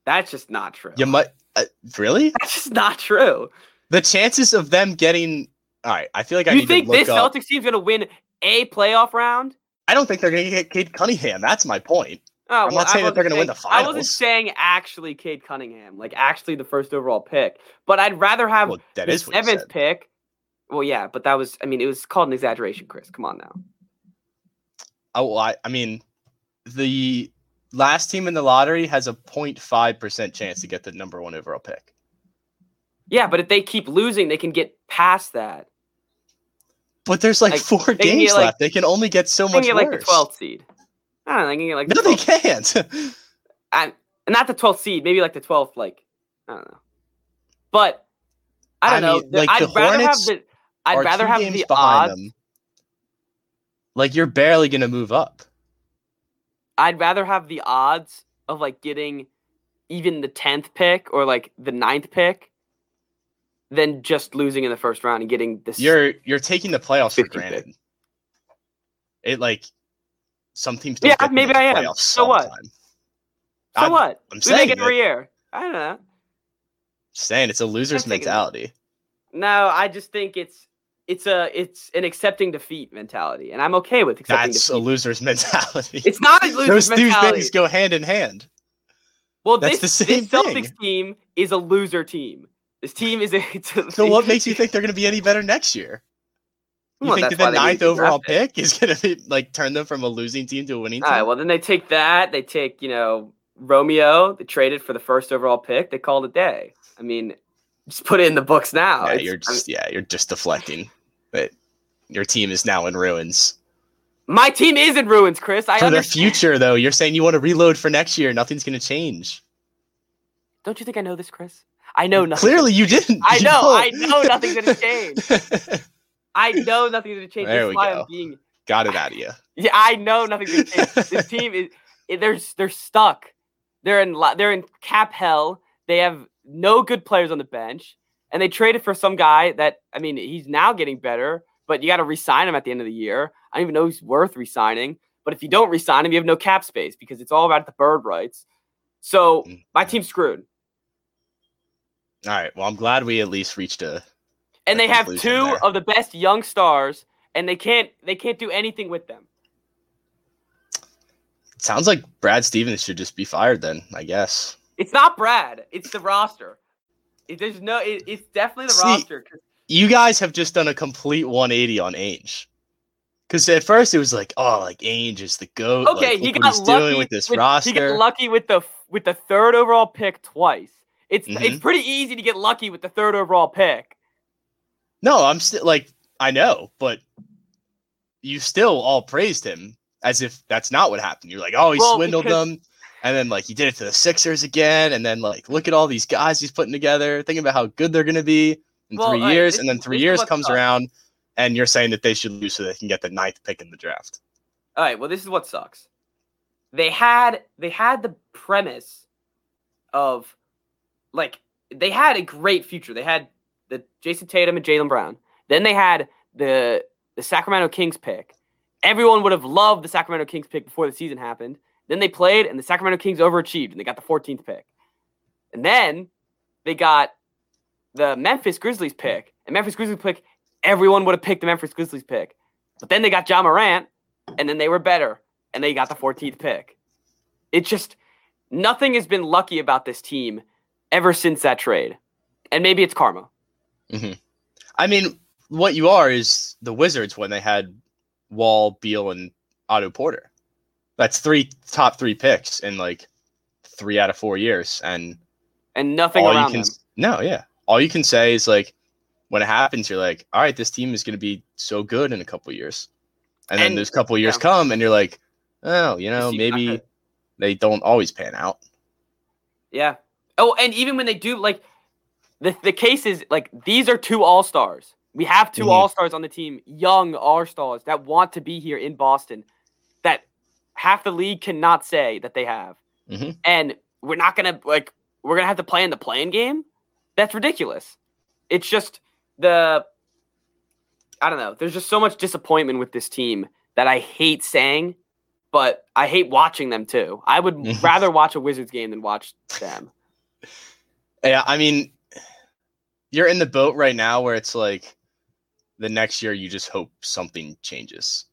S1: That's just not true.
S2: You might uh, really
S1: That's just not true.
S2: the chances of them getting. All right, I feel like I
S1: you
S2: need
S1: think
S2: to look
S1: this
S2: up.
S1: Celtics team's gonna win a playoff round?
S2: I don't think they're gonna get Cade Cunningham. That's my point.
S1: Oh,
S2: I'm not saying that
S1: wasn't
S2: they're gonna win the
S1: saying- I wasn't
S2: finals.
S1: saying actually Cade Cunningham, like actually the first overall pick. But I'd rather have
S2: Well, that
S1: the
S2: is what you
S1: seventh
S2: said.
S1: pick. Well, yeah, but that was I mean it was called an exaggeration, Chris. Come on now.
S2: Oh, well, I, I mean, the last team in the lottery has a 0.5 percent chance to get the number one overall pick.
S1: Yeah, but if they keep losing, they can get past that.
S2: But there's like,
S1: Like,
S2: four
S1: they can
S2: games
S1: get, like-
S2: left. They can only get so
S1: They can
S2: much
S1: get
S2: worse.
S1: like the twelfth seed. I don't know, they can get like the
S2: No, they
S1: 12th
S2: can't.
S1: and not the twelfth seed, maybe like the twelfth, like I don't know. But I don't
S2: I mean,
S1: know. The-
S2: like,
S1: I'd
S2: the
S1: rather
S2: Hornets
S1: have the I'd
S2: are
S1: rather
S2: two
S1: have
S2: games
S1: the
S2: behind
S1: odds.
S2: them. Like you're barely gonna move up.
S1: I'd rather have the odds of like getting even the tenth pick or like the ninth pick than just losing in the first round and getting this.
S2: You're you're taking the playoffs
S1: 50
S2: for
S1: pick.
S2: granted. It like some teams.
S1: Yeah,
S2: get to
S1: maybe
S2: the
S1: I am.
S2: playoffs
S1: So
S2: all
S1: what?
S2: the time.
S1: so
S2: I'm-
S1: what? we
S2: I'm
S1: make
S2: saying
S1: it every year. I don't know.
S2: Saying it's a loser's
S1: I'm taking it.
S2: mentality.
S1: No, I just think it's it's a it's an accepting defeat mentality, and I'm okay with accepting
S2: That's a
S1: defeat.
S2: loser's mentality.
S1: It's not a loser's
S2: Those two
S1: mentality.
S2: things go hand in hand.
S1: well,
S2: that's
S1: this,
S2: the same
S1: this Celtics
S2: thing.
S1: team is a loser team. This team is a. It's a
S2: So what makes you think they're going to be any better next year? You
S1: Well,
S2: think
S1: that's
S2: that
S1: why
S2: the
S1: they need
S2: ninth
S1: to draft
S2: overall
S1: it.
S2: pick is going to be like turn them from a losing team to a winning
S1: All
S2: team?
S1: right. Well, then they take that. They take you know Romeo. They traded for the first overall pick. They called it a day. I mean, just put it in the books now.
S2: yeah,
S1: It's- I
S2: you're
S1: mean,
S2: just yeah, you're just deflecting. But your team is now in ruins.
S1: my team is in ruins, Chris. I
S2: for their
S1: understand.
S2: future though. You're saying you want to reload for next year. Nothing's going to change.
S1: Don't you think I know this, Chris? I know nothing.
S2: Clearly, you didn't.
S1: I
S2: You
S1: know.
S2: don't.
S1: I know nothing's gonna change. I know nothing's gonna change.
S2: There
S1: That's
S2: we
S1: why I'm
S2: go.
S1: being.
S2: Got it out of you.
S1: Yeah, I know nothing's gonna change. this team is. it- They're s- they're stuck. They're in lo- they're in cap hell. They have no good players on the bench, and they traded for some guy that I mean he's now getting better, but you got to re-sign him at the end of the year. I don't even know he's worth re-signing. But if you don't re-sign him, you have no cap space because it's all about the bird rights. So my team's screwed,
S2: All right. Well, I'm glad we at least reached a.
S1: and
S2: The
S1: they have two
S2: conclusion there.
S1: of the best young stars, and they can't they can't do anything with them.
S2: it Sounds like Brad Stevens should just be fired then. I guess.
S1: It's not Brad. It's the roster. It, there's no. It, it's definitely the
S2: See,
S1: roster. 'cause
S2: You guys have just done a complete 180 on Ainge. Because at first it was like, oh, like Ainge is the goat.
S1: Okay,
S2: like,
S1: he
S2: look
S1: got
S2: what he's
S1: lucky
S2: doing with this
S1: He got
S2: roster.
S1: lucky with the with the third overall pick twice. It's it's
S2: Mhm.
S1: pretty easy to get lucky with the third overall pick.
S2: No, I'm still like I know, but you still all praised him as if that's not what happened. You're like, oh, he
S1: Well,
S2: swindled
S1: because-
S2: them, and then like he did it to the Sixers again, and then like look at all these guys he's putting together, thinking about how good they're gonna be in
S1: Well,
S2: three
S1: all right,
S2: years,
S1: this
S2: and then
S1: is-
S2: three
S1: this is
S2: years
S1: what
S2: comes
S1: sucks.
S2: around, and you're saying that they should lose so they can get the ninth pick in the draft.
S1: All right, well this is what sucks. They had they had the premise of like they had a great future. They had the Jason Tatum and Jalen Brown. Then they had the the Sacramento Kings pick. Everyone would have loved the Sacramento Kings pick before the season happened. Then they played, and the Sacramento Kings overachieved, and they got the 14th pick. And then they got the Memphis Grizzlies pick. And Memphis Grizzlies pick, everyone would have picked the Memphis Grizzlies pick. But then they got John Morant, and then they were better, and they got the 14th pick. It just nothing has been lucky about this team ever since that trade, and maybe it's karma.
S2: Mm-hmm. I mean, what you are is the Wizards when they had Wall, Beal, and Otto Porter. That's three top three picks in like three out of four years, and
S1: and nothing
S2: all
S1: around
S2: you can
S1: them.
S2: no, yeah, all you can say is like when it happens, you're like, all right, this team is going to be so good in a couple years, and, then
S1: And-
S2: those couple years
S1: yeah.
S2: come, and you're like, oh, you know,
S1: team's not
S2: maybe
S1: good.
S2: they don't always pan out.
S1: Yeah. Oh, and even when they do, like the the case is like these are two all stars. We have 2
S2: Mhm.
S1: all stars on the team, young all stars that want to be here in Boston, that half the league cannot say that they have.
S2: Mhm.
S1: And we're not gonna like we're gonna have to play in the playing game. That's ridiculous. It's just the I don't know. There's just so much disappointment with this team that I hate saying, but I hate watching them too. I would rather watch a Wizards game than watch them.
S2: Yeah, I mean, you're in the boat right now where it's like the next year you just hope something changes,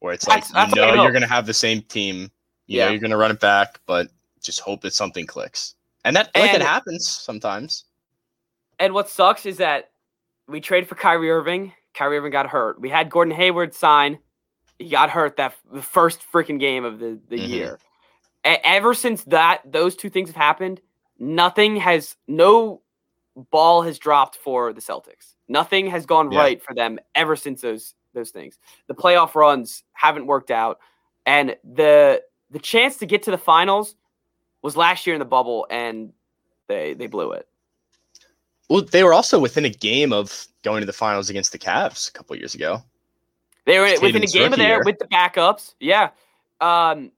S2: where it's like
S1: That's- that's
S2: you
S1: what I
S2: know you're
S1: hope.
S2: gonna have the same team, you
S1: Yeah.
S2: know you're gonna run it back, but just hope that something clicks, and that like
S1: And-
S2: it happens sometimes.
S1: And what sucks is that we traded for Kyrie Irving. Kyrie Irving got hurt. We had Gordon Hayward sign. He got hurt that the first freaking game of the, the
S2: Mhm.
S1: year. E- ever since that, those two things have happened. Nothing has no ball has dropped for the Celtics. Nothing has gone
S2: Yeah.
S1: right for them ever since those those things. The playoff runs haven't worked out, and the the chance to get to the finals was last year in the bubble, and they they blew it.
S2: Well, they were also within a game of going to the finals against the Cavs a couple years ago.
S1: They were within a
S2: Tatum's
S1: game of
S2: rookie
S1: there
S2: year.
S1: with the backups. Yeah. Um,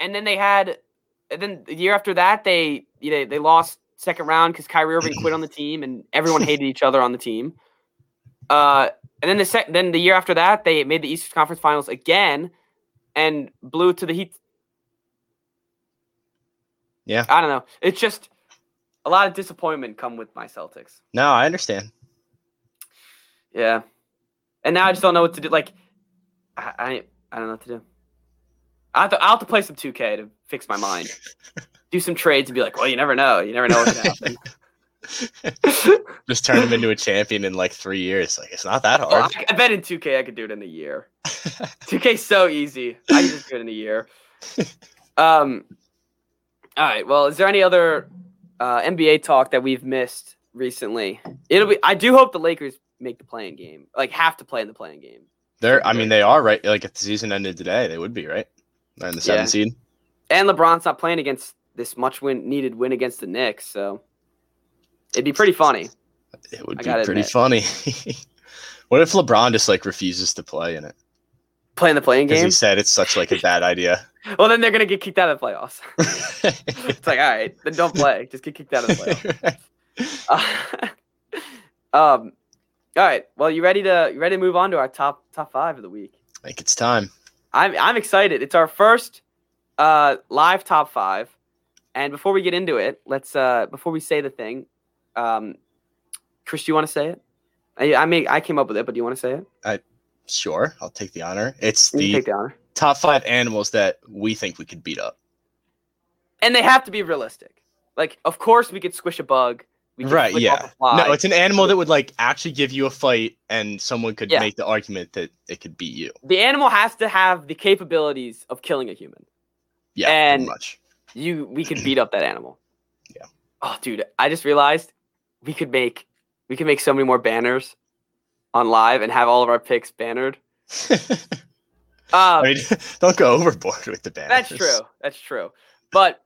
S1: and then they had, and then the year after that, they you know, they lost second round because Kyrie Irving quit on the team and everyone hated each other on the team. Uh, and then the sec- then the year after that, they made the Eastern Conference Finals again and blew it to the Heat.
S2: Yeah.
S1: I don't know. It's just a lot of disappointment come with my Celtics.
S2: No, I understand.
S1: Yeah. And now I just don't know what to do. Like, I I, I don't know what to do. I have to, I'll have to play some 2K to fix my mind. do some trades and be like, well, you never know. You never know what's going to happen.
S2: Just turn him into a champion in like three years. Like it's not that
S1: Well,
S2: hard.
S1: I, I bet in 2K I could do it in a year. 2K's so easy. I can just do it in a year. Um. All right. Well, is there any other uh, NBA talk that we've missed recently? It'll be. I do hope the Lakers make the playing game. Like have to play in the playing game.
S2: They're, I mean, they are right. Like if the season ended today, they would be right. They're in the seventh seed.
S1: and LeBron's not playing against this much win needed win against the Knicks, so it'd be pretty funny.
S2: It would
S1: I
S2: be
S1: gotta
S2: pretty funny. what if LeBron just like refuses to play in it
S1: Playing the playing
S2: because
S1: game.
S2: he said it's such like a bad idea?
S1: Well, then they're gonna get kicked out of the playoffs. it's like, all right, then don't play. Just get kicked out of the playoffs. Uh, um, all right. Well, you ready to you ready to move on to our top top five of the week?
S2: like it's time.
S1: I'm I'm excited. It's our first uh, live top five, and before we get into it, let's uh, before we say the thing, um, Chris, do you want to say it? I, I mean, I came up with it, but do you want to say it?
S2: Sure, I'll take the honor. It's
S1: You can
S2: the
S1: take the honor.
S2: top five animals that we think we could beat up.
S1: and they have to be realistic. Like, of course, we could squish a bug. We could
S2: Right,
S1: flick
S2: yeah.
S1: off a fly.
S2: No, it's an animal that would like actually give you a fight, and someone could
S1: Yeah.
S2: make the argument that it could beat you.
S1: the animal has to have the capabilities of killing a human.
S2: Yeah,
S1: And-
S2: pretty much.
S1: You, we could beat up that animal.
S2: Yeah.
S1: Oh, dude, I just realized we could make we could make so many more banners on live and have all of our picks bannered. Um,
S2: I mean, don't go overboard with the banners.
S1: That's true. That's true. But,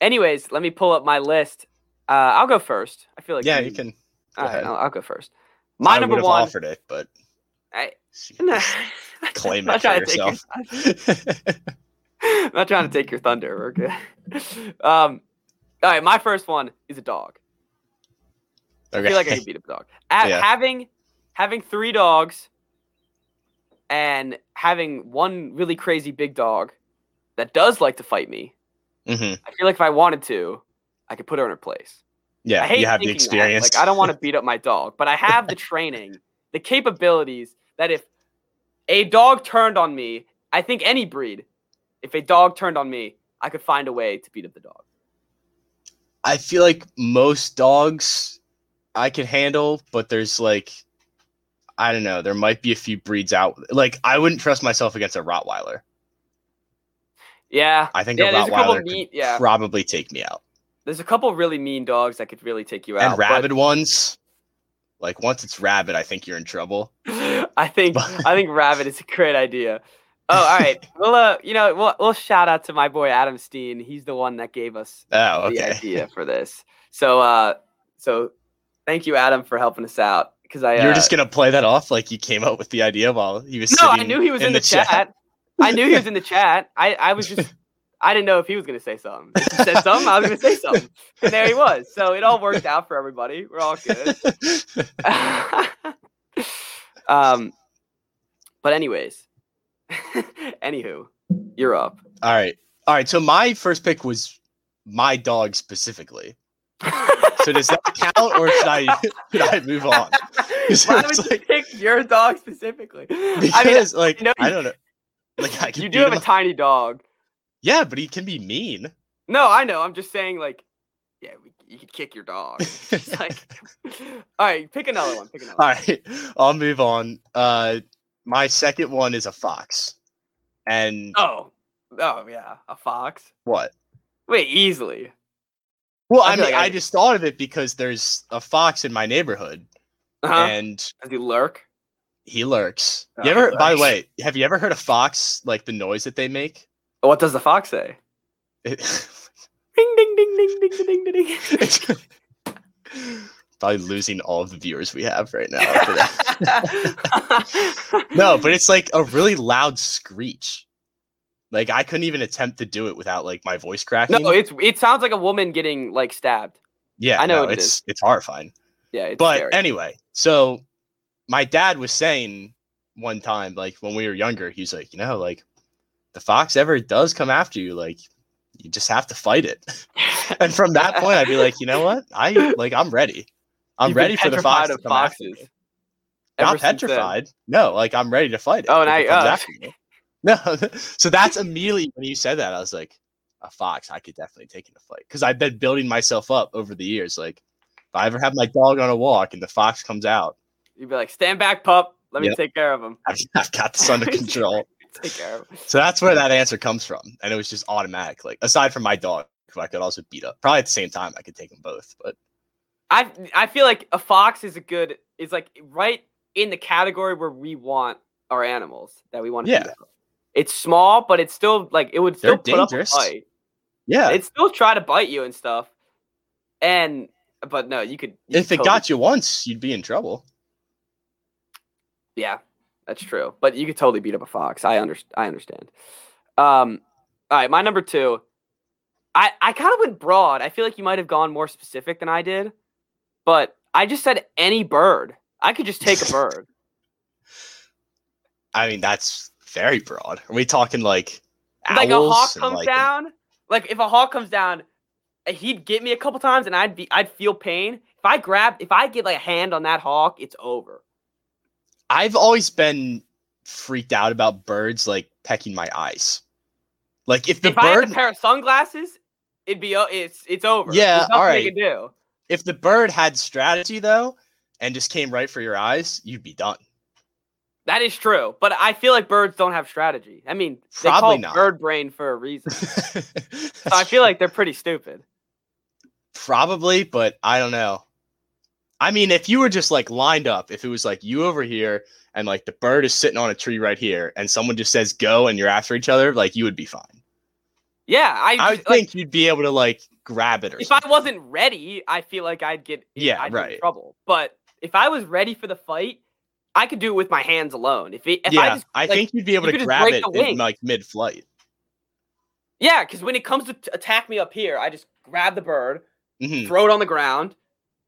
S1: anyways, let me pull up my list. Uh, I'll go first. I feel like
S2: Yeah, you can.
S1: All right,
S2: ahead.
S1: I'll, I'll go first. My
S2: I
S1: number
S2: would've
S1: one.
S2: offered it, but
S1: I-
S2: she
S1: No.
S2: claim
S1: I'm
S2: it for
S1: trying to take your-
S2: yourself.
S1: I'm not trying to take your thunder. We're good. Um, All right, my first one is a dog. I
S2: Okay.
S1: feel like I can beat up a dog. A-
S2: Yeah.
S1: Having having three dogs and having one really crazy big dog that does like to fight me.
S2: hmm
S1: I feel like if I wanted to, I could put her in her place. I
S2: Yeah,
S1: hate
S2: you have the
S1: thinking that.
S2: experience.
S1: Like I don't want to beat up my dog, but I have the training, the capabilities that if a dog turned on me, I think any breed, if a dog turned on me, I could find a way to beat up the dog.
S2: I feel like most dogs I can handle, but there's like I don't know, there might be a few breeds out. Like I wouldn't trust myself against a Rottweiler.
S1: Yeah.
S2: I think
S1: Yeah,
S2: a
S1: there's a couple
S2: Rottweiler
S1: neat-
S2: could
S1: yeah.
S2: probably take me out.
S1: There's a couple really mean dogs that could really take you out.
S2: and
S1: but-
S2: rabid ones, like once it's rabid, I think you're in trouble.
S1: I think I think rabbit is a great idea. Oh, all right. Well, uh, you know, we'll, we'll shout out to my boy Adam Steen. He's the one that gave us
S2: Oh, okay.
S1: the idea for this. So, uh, so thank you, Adam, for helping us out. Because I
S2: you were
S1: uh,
S2: just gonna play that off like you came up with the idea while he was
S1: no, I
S2: sitting
S1: knew he was in, the, chat. I knew he was in the chat. I I was just I didn't know if he was gonna say something. If he said something, I was gonna say something, and there he was. So it all worked out for everybody. We're all good. um, but anyways, anywho, you're up.
S2: All right. All right. So my first pick was my dog specifically. So does that count or should I should I move on?
S1: Why
S2: it's
S1: would you
S2: like-
S1: pick your dog specifically? I mean,
S2: Because like
S1: I know
S2: I
S1: you-
S2: don't know. Like I can
S1: you do have a
S2: him-
S1: tiny dog.
S2: Yeah, but he can be mean.
S1: No, I know. I'm just saying, like, yeah, we, you could kick your dog. It's like, all right, pick another one. Pick another.
S2: All
S1: one.
S2: right. I'll move on. Uh my second one is a fox. And
S1: Oh, oh yeah, a fox.
S2: what?
S1: Wait, easily.
S2: Well,
S1: I
S2: I
S1: feel
S2: mean,
S1: like I-
S2: I just thought of it because there's a fox in my neighborhood
S1: Uh-huh.
S2: and
S1: Does he lurk?
S2: He lurks.
S1: Oh, he
S2: you ever? By the
S1: lurks.
S2: way, have you ever heard a fox like the noise that they make?
S1: What does the fox say?
S2: It-
S1: Ding ding ding ding ding ding ding ding.
S2: it's probably losing all of the viewers we have right now. for that.
S1: no,
S2: no, but it's like a really loud screech. Like I couldn't even attempt to do it without like my voice cracking.
S1: no, it's it sounds like a woman getting like stabbed.
S2: yeah,
S1: I know
S2: no,
S1: what it
S2: it's
S1: is.
S2: it's horrifying.
S1: Yeah, it's
S2: but
S1: scary.
S2: anyway, so my dad was saying one time, like when we were younger, he was like, you know, like the fox ever does come after you, like you just have to fight it. and from that point, I'd be like, you know what? I like I'm ready. I'm
S1: You've been
S2: ready for the
S1: petrified
S2: fox to
S1: of
S2: come after me.
S1: foxes ever since
S2: Not
S1: then.
S2: petrified. No, like I'm ready to fight it.
S1: Oh, and
S2: if it
S1: I-
S2: comes
S1: oh.
S2: after me. no. so that's immediately when you said that, I was like, a fox, I could definitely take in a fight because I've been building myself up over the years. Like, if I ever have my dog on a walk and the fox comes out,
S1: You'd be like, "Stand back, pup. Let me
S2: Yep.
S1: take care of him.
S2: I've, I've got this under control.
S1: Take care of him."
S2: So that's where that answer comes from, and it was just automatic. Like, aside from my dog, who I could also beat up, probably at the same time, I could take them both. But
S1: I I feel like a fox is a good is like right in the category where we want our animals that we want to
S2: Yeah.
S1: feed. It's small, but it's still like it would still
S2: They're
S1: put up a
S2: dangerous.
S1: fight.
S2: yeah,
S1: It'd still try to bite you and stuff. And but no, you could you
S2: if
S1: could
S2: it
S1: totally
S2: got you once, you'd be in trouble.
S1: Yeah, that's true. But you could totally beat up a fox. I under- I understand. Um, all right, my number two. I I kind of went broad. I feel like you might have gone more specific than I did, but I just said any bird. I could just take a bird.
S2: I mean, that's very broad. Are we talking like owls
S1: like a hawk
S2: and,
S1: comes
S2: like,
S1: down. Like if a hawk comes down, uh, he'd get me a couple times, and I'd be I'd feel pain. If I grab, if I get like a hand on that hawk, it's over.
S2: I've always been freaked out about birds like pecking my eyes. Like if the
S1: if I had
S2: bird,
S1: a pair of sunglasses, it'd be o- it's it's over.
S2: Yeah,
S1: There's nothing
S2: all
S1: they
S2: right.
S1: can do.
S2: if the bird had strategy though, and just came right for your eyes, you'd be done.
S1: That is true, but I feel like birds don't have strategy. I mean, they call
S2: Probably
S1: it
S2: not.
S1: bird brain for a reason. So I feel like they're pretty stupid.
S2: Probably, but I don't know. I mean, if you were just like lined up, if it was like you over here and like the bird is sitting on a tree right here, and someone just says go and you're after each other, like you would be fine.
S1: Yeah, I,
S2: I would
S1: just- like,
S2: think you'd be able to like grab it or
S1: if I
S2: something.
S1: wasn't ready, I feel like I'd get I'd
S2: Yeah,
S1: get in
S2: right.
S1: trouble. But if I was ready for the fight, I could do it with my hands alone. If it, if
S2: yeah,
S1: I
S2: I,
S1: just like,
S2: think you'd be able
S1: you
S2: to
S1: could just
S2: grab
S1: break
S2: it
S1: the
S2: in
S1: wing.
S2: like mid-flight.
S1: Yeah, because when it comes to t- attack me up here, I just grab the bird,
S2: Mhm.
S1: throw it on the ground.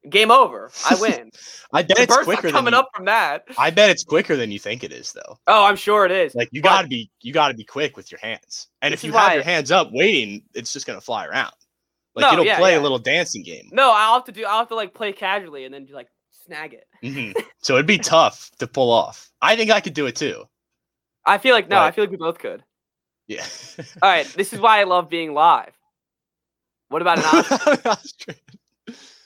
S1: Game over. I win.
S2: I bet
S1: the
S2: it's
S1: bird's
S2: quicker
S1: not
S2: than
S1: coming
S2: you,
S1: up from that.
S2: I bet it's quicker than you think it is though.
S1: Oh, I'm sure it is.
S2: Like you
S1: But-
S2: gotta be you gotta be quick with your hands. And
S1: This
S2: if
S1: is
S2: you have
S1: why-
S2: your hands up waiting, it's just gonna fly around. Like
S1: No,
S2: it'll
S1: yeah,
S2: play
S1: yeah.
S2: a little dancing game.
S1: No, I'll have to do. I'll have to like play casually and then like snag it.
S2: Mhm. so it'd be tough to pull off. I think I could do it too.
S1: I feel like no. I
S2: Right.
S1: feel like we both could.
S2: Yeah.
S1: All right, this is why I love being live. What about an ostrich?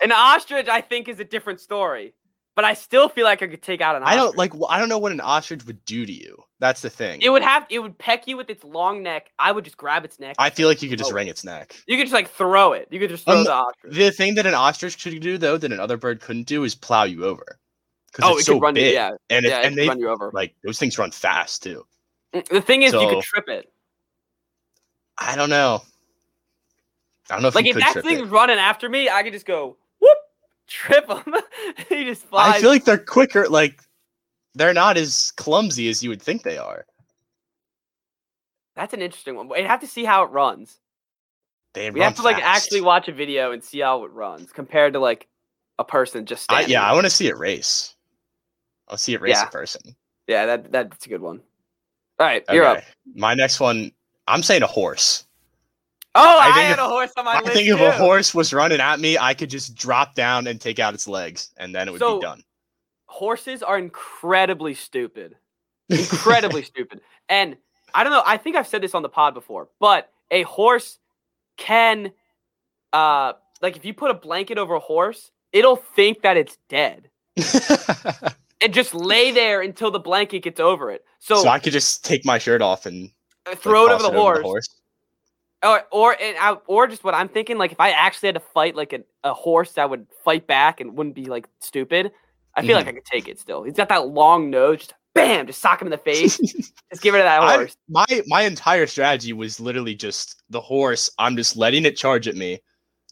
S1: an ostrich? I think is a different story, but I still feel like I could take out an. Ostrich.
S2: I don't like wh- I don't know what an ostrich would do to you. That's the thing.
S1: It would have. It would peck you with its long neck. I would just grab its neck.
S2: I feel like you could just
S1: Oh.
S2: wring its neck.
S1: you could just like throw it. You could just throw
S2: Um,
S1: the ostrich.
S2: The thing that an ostrich could do though that another bird couldn't do is plow you over. 'Cause
S1: oh,
S2: it's
S1: it
S2: so
S1: could run
S2: big.
S1: you. Yeah,
S2: And it,
S1: yeah,
S2: and
S1: it could
S2: they
S1: run you over.
S2: like those things run fast too.
S1: Mm, The thing is, you
S2: So-
S1: could trip it.
S2: I don't know. I don't know if
S1: Like
S2: you
S1: if
S2: could
S1: that
S2: trip
S1: thing's
S2: it.
S1: running after me, I could just go whoop, trip him. he just flies.
S2: I feel like they're quicker. Like they're not as clumsy as you would think they are.
S1: That's an interesting one. We'd have to see how it runs.
S2: They
S1: We
S2: run
S1: have to like
S2: fast.
S1: actually watch a video and see how it runs compared to like a person just
S2: I,
S1: standing.
S2: yeah, I
S1: there.
S2: want to see it race. I'll see it race
S1: Yeah.
S2: in person.
S1: yeah. That that's a good one. All right, you're up.
S2: Okay. My next one, I'm saying a horse.
S1: Oh, I,
S2: I think
S1: had
S2: if-
S1: a horse on my
S2: I
S1: list.
S2: think if
S1: too.
S2: a horse was running at me, I could just drop down and take out its legs, and then it would
S1: So-
S2: be done.
S1: Horses are incredibly stupid. Incredibly stupid. And I don't know. I think I've said this on the pod before, but a horse can, uh, like if you put a blanket over a horse, it'll think that it's dead
S2: so,
S1: and just lay there until the blanket gets over it. So,
S2: I could just take my shirt off and like,
S1: throw it
S2: toss
S1: over the horse.
S2: horse.
S1: or Oh, or and I, or just what I'm thinking. Like if I actually had to fight like a, a horse that would fight back and wouldn't be like stupid, I feel
S2: Mm-hmm.
S1: like I could take it still. He's got that long nose, just bam, just sock him in the face, just give it to that
S2: I-
S1: horse.
S2: my my entire strategy was literally just the horse. I'm just letting it charge at me,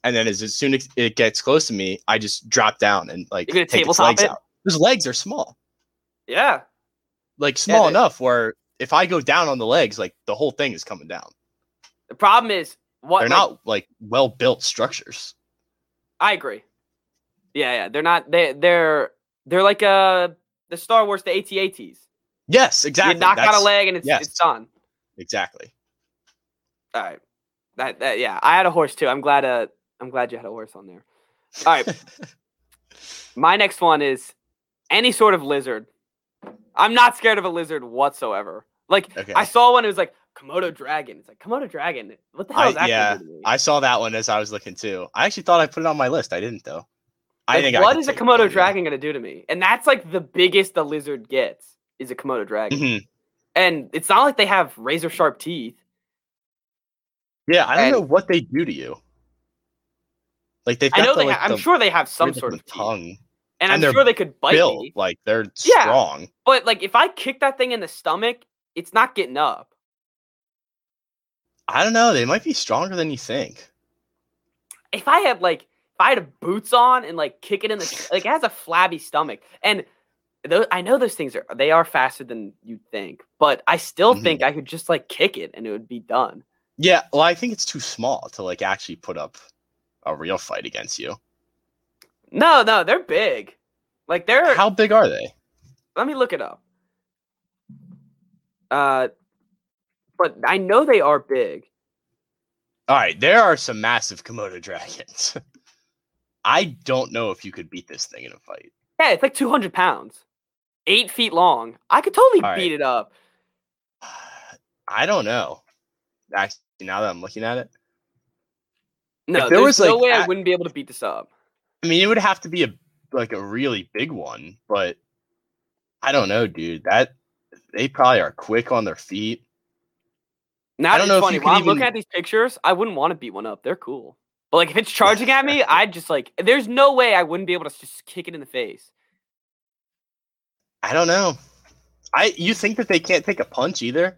S2: and then as, as soon as it gets close to me, I just drop down and like
S1: You're gonna
S2: take its
S1: tabletop
S2: legs
S1: it?
S2: out. His legs are small,
S1: yeah,
S2: like small
S1: they-
S2: enough where if I go down on the legs, like the whole thing is coming down.
S1: the problem is what
S2: They're
S1: like,
S2: not like well built structures.
S1: I agree. Yeah, yeah, they're not. They they're they're like uh the Star Wars the ATATs.
S2: Yes, exactly.
S1: You knock out
S2: that's-
S1: a leg and it's
S2: yes.
S1: it's done.
S2: Exactly.
S1: All right. That, that yeah, I had a horse too. I'm glad uh I'm glad you had a horse on there. All right. My next one is any sort of lizard. I'm not scared of a lizard whatsoever. Like
S2: Okay.
S1: I saw one, it was like Komodo dragon. It's like Komodo dragon. What the hell
S2: I-
S1: is that? gonna
S2: yeah,
S1: do to me?
S2: I saw that one as I was looking too. I actually thought I put it on my list. I didn't though. I
S1: Like,
S2: think
S1: what
S2: I
S1: is a Komodo dragon gonna do to me? And that's like the biggest the lizard gets is a Komodo dragon.
S2: hmm
S1: And it's not like they have razor sharp teeth.
S2: Yeah, I don't
S1: And-
S2: know what they do to you. Like they've got
S1: I know
S2: the,
S1: they.
S2: like,
S1: ha- I'm
S2: the
S1: sure they have some
S2: weird
S1: sort
S2: looking
S1: of teeth,
S2: tongue
S1: and
S2: and
S1: I'm
S2: they're
S1: sure they could bite
S2: bill.
S1: me.
S2: Like they're
S1: Yeah.
S2: strong.
S1: But like, if I kick that thing in the stomach, it's not getting up.
S2: I don't know. They might be stronger than you think.
S1: if I had like if I had boots on and like kick it in the like it has a flabby stomach and those I know those things are they are faster than you think, but I still
S2: Mhm.
S1: think I could just like kick it and it would be done.
S2: Yeah. Well, I think it's too small to like actually put up a real fight against you.
S1: No, no, they're big. Like they're
S2: How big are they?
S1: let me look it up. Uh but I know they are big.
S2: All right, there are some massive Komodo dragons. I don't know if you could beat this thing in a fight.
S1: Yeah, it's like 200 pounds, eight feet long. I could totally
S2: All right.
S1: beat it up.
S2: I don't know. Actually, now that I'm looking at it,
S1: No,
S2: there
S1: there's
S2: was,
S1: no
S2: like,
S1: way I
S2: a-
S1: wouldn't be able to beat this up.
S2: I mean, it would have to be a like a really big one, but I don't know, dude. That they probably are quick on their feet.
S1: Now
S2: I don't
S1: it's
S2: know if
S1: funny.
S2: you
S1: When
S2: could
S1: I'm looking
S2: even-
S1: at these pictures, I wouldn't want to beat one up. They're cool. But like if it's charging at me, I'd just like there's no way I wouldn't be able to just kick it in the face.
S2: I don't know. I you think that they can't take a punch either?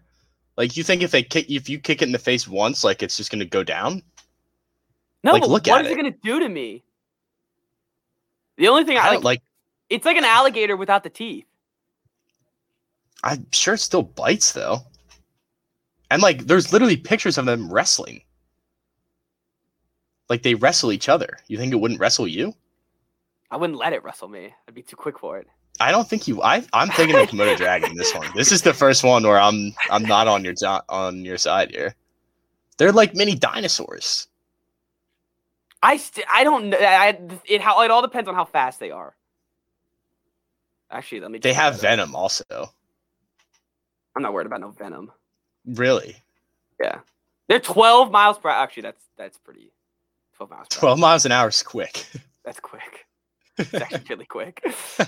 S2: Like you think if they kick if you kick it in the face once, like it's just gonna go down?
S1: No,
S2: Like,
S1: but
S2: look
S1: what
S2: at
S1: is
S2: it.
S1: it gonna do to me? The only thing I,
S2: I
S1: like,
S2: don't like.
S1: it's like an alligator without the teeth.
S2: I'm sure it still bites though. And like there's literally pictures of them wrestling. Like they wrestle each other. You think it wouldn't wrestle you?
S1: I wouldn't let it wrestle me. I'd be too quick for it.
S2: I don't think you. I I'm thinking of Komodo Dragon. This one. This is the first one where I'm I'm not on your jo- on your side here. They're like mini dinosaurs.
S1: I st- I don't know. I, it how it all depends on how fast they are. Actually, let me.
S2: They
S1: check
S2: have
S1: that out.
S2: venom also.
S1: I'm not worried about no venom.
S2: Really,
S1: They're 12 miles per. Actually, that's that's pretty. 12 miles. Per hour.
S2: twelve miles an hour is quick.
S1: That's quick. It's actually really quick. All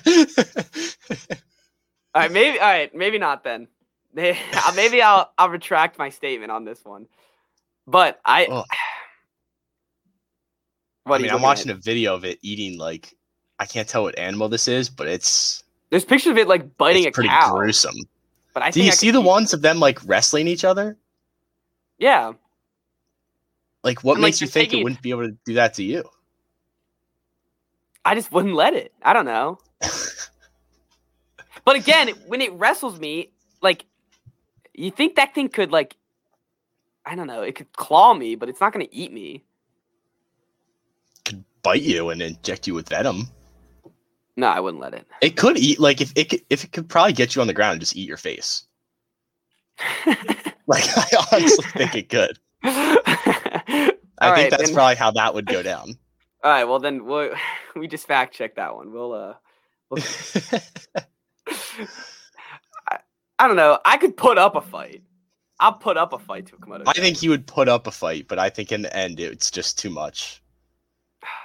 S1: right, maybe. All right, maybe not then. May- Maybe I'll I'll retract my statement on this one. But I.
S2: Oh.
S1: What
S2: I mean, I'm watching a video of it eating like I can't tell what animal this is, but it's
S1: There's pictures of it like biting a
S2: it's pretty
S1: cow.
S2: gruesome.
S1: But I
S2: Do
S1: think
S2: you
S1: I
S2: see
S1: could
S2: the
S1: eat-
S2: ones of them like wrestling each other?
S1: Yeah,
S2: Like, what
S1: And, like,
S2: makes you
S1: they're
S2: think
S1: taking-
S2: it wouldn't be able to do that to you?
S1: I just wouldn't let it. I don't know. But again, when it wrestles me, like you think that thing could like I don't know, it could claw me, but it's not gonna eat me.
S2: Could bite you and inject you with venom.
S1: No, I wouldn't let it.
S2: It could eat like if it could, if it could probably get you on the ground and just eat your face. Like I honestly think it could. I
S1: All
S2: think
S1: right,
S2: that's
S1: then-
S2: probably how that would go down.
S1: All right, well then we'll, we just fact check that one. We'll uh I don't know. I could put up a fight. I'll put up a fight to a Komodo.
S2: I
S1: dragon.
S2: think he would put up a fight, but I think in the end it's just too much.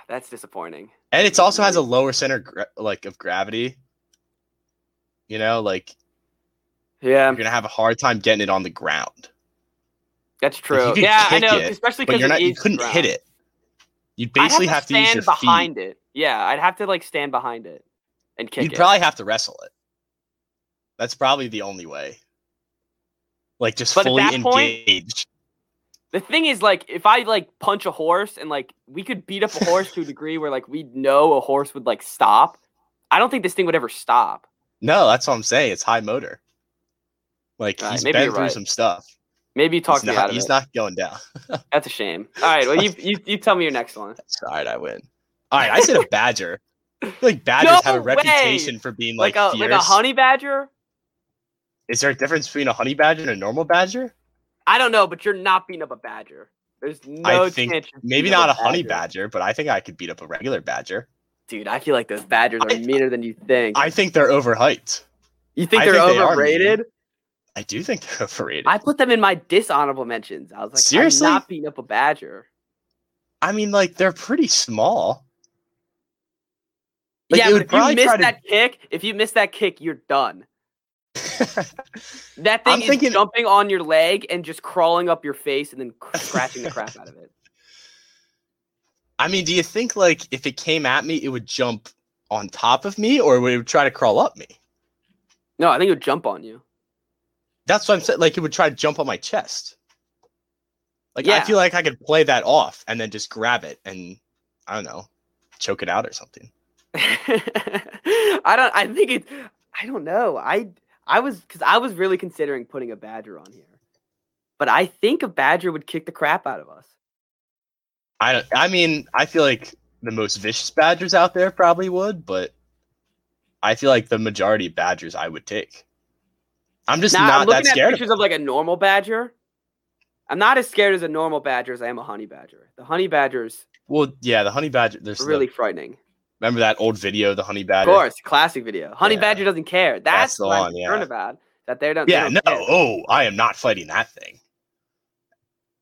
S1: that's disappointing.
S2: And it also
S1: Mm-hmm.
S2: has a lower center gra- like of gravity. You know, like
S1: Yeah,
S2: you're gonna have a hard time getting it on the ground.
S1: that's
S2: you
S1: true.
S2: could
S1: Yeah, I
S2: kick
S1: know,
S2: it,
S1: especially
S2: But
S1: because
S2: you're not
S1: it
S2: you
S1: is
S2: couldn't hit
S1: ground.
S2: it. You'd
S1: I'd
S2: basically have to,
S1: stand
S2: use your feet.
S1: behind it. Yeah, I'd have to like stand behind it and kick
S2: You'd
S1: it.
S2: probably have to wrestle it. That's probably the only way. Like just
S1: But at
S2: fully
S1: that point-
S2: engaged.
S1: The thing is, like, if I like punch a horse and like we could beat up a horse to a degree where like we know a horse would like stop. I don't think this thing would ever stop.
S2: No, that's what I'm saying. It's high motor. Like
S1: Alright,
S2: he's
S1: maybe
S2: been
S1: you're
S2: through
S1: right.
S2: some stuff.
S1: Maybe you
S2: He's
S1: talked me out
S2: not,
S1: of
S2: he's
S1: it.
S2: not going down.
S1: That's a shame. All right, well you, you you tell me your next one.
S2: All right, I win. All right, I said a badger. I feel like badgers have a
S1: No
S2: reputation for being
S1: Like,
S2: like,
S1: a
S2: fierce.
S1: like a honey badger.
S2: Is there a difference between a honey badger and a normal badger?
S1: I don't know, but you're not beating up a badger. There's no
S2: think
S1: chance. you're
S2: Maybe
S1: beating up
S2: not a honey badger, but I think I could beat up a regular badger.
S1: Dude, I feel like those badgers are
S2: I-
S1: meaner than you think.
S2: I think they're overhyped.
S1: you think
S2: I
S1: they're
S2: think they are meaner.
S1: overrated?
S2: I do think they're overrated. I,
S1: I put them in my dishonorable mentions. I was like,
S2: Seriously?
S1: I'm not beating up a badger.
S2: mean, like they're pretty small. Like,
S1: yeah,
S2: it
S1: but
S2: would
S1: if you
S2: probably
S1: miss
S2: try to-
S1: that kick, if you miss that kick, you're done. That thing
S2: I'm
S1: is
S2: thinking-
S1: jumping on your leg and just crawling up your face and then cr- scratching the crap out of it.
S2: I mean, do you think like if it came at me, it would jump on top of me, or would it try to crawl up me?
S1: No, I think it would jump on you.
S2: That's what I'm saying. Like it would try to jump on my chest. Like I
S1: Yeah.
S2: feel like I could play that off and then just grab it and I don't know, choke it out or something.
S1: I don't. I think it. I don't know. I I was because I was really considering putting a badger on here, but I think a badger would kick the crap out of us.
S2: I don't. I mean, I feel like the most vicious badgers out there probably would, but I feel like the majority of badgers I would take. I'm just
S1: Now,
S2: not
S1: I'm
S2: that
S1: looking at
S2: scared.
S1: pictures of like a normal badger. I'm not as scared as a normal badger as I am a honey badger. The honey badgers
S2: Well, yeah, the honey badger. There's
S1: are
S2: really
S1: really frightening.
S2: remember that old video, the honey badger.
S1: Of course, classic video. Honey
S2: Yeah.
S1: badger doesn't care. That's,
S2: the
S1: what I'm
S2: one, yeah.
S1: concerned about. That they don't. they
S2: Yeah.
S1: don't
S2: No.
S1: care.
S2: Oh, I am not fighting that thing.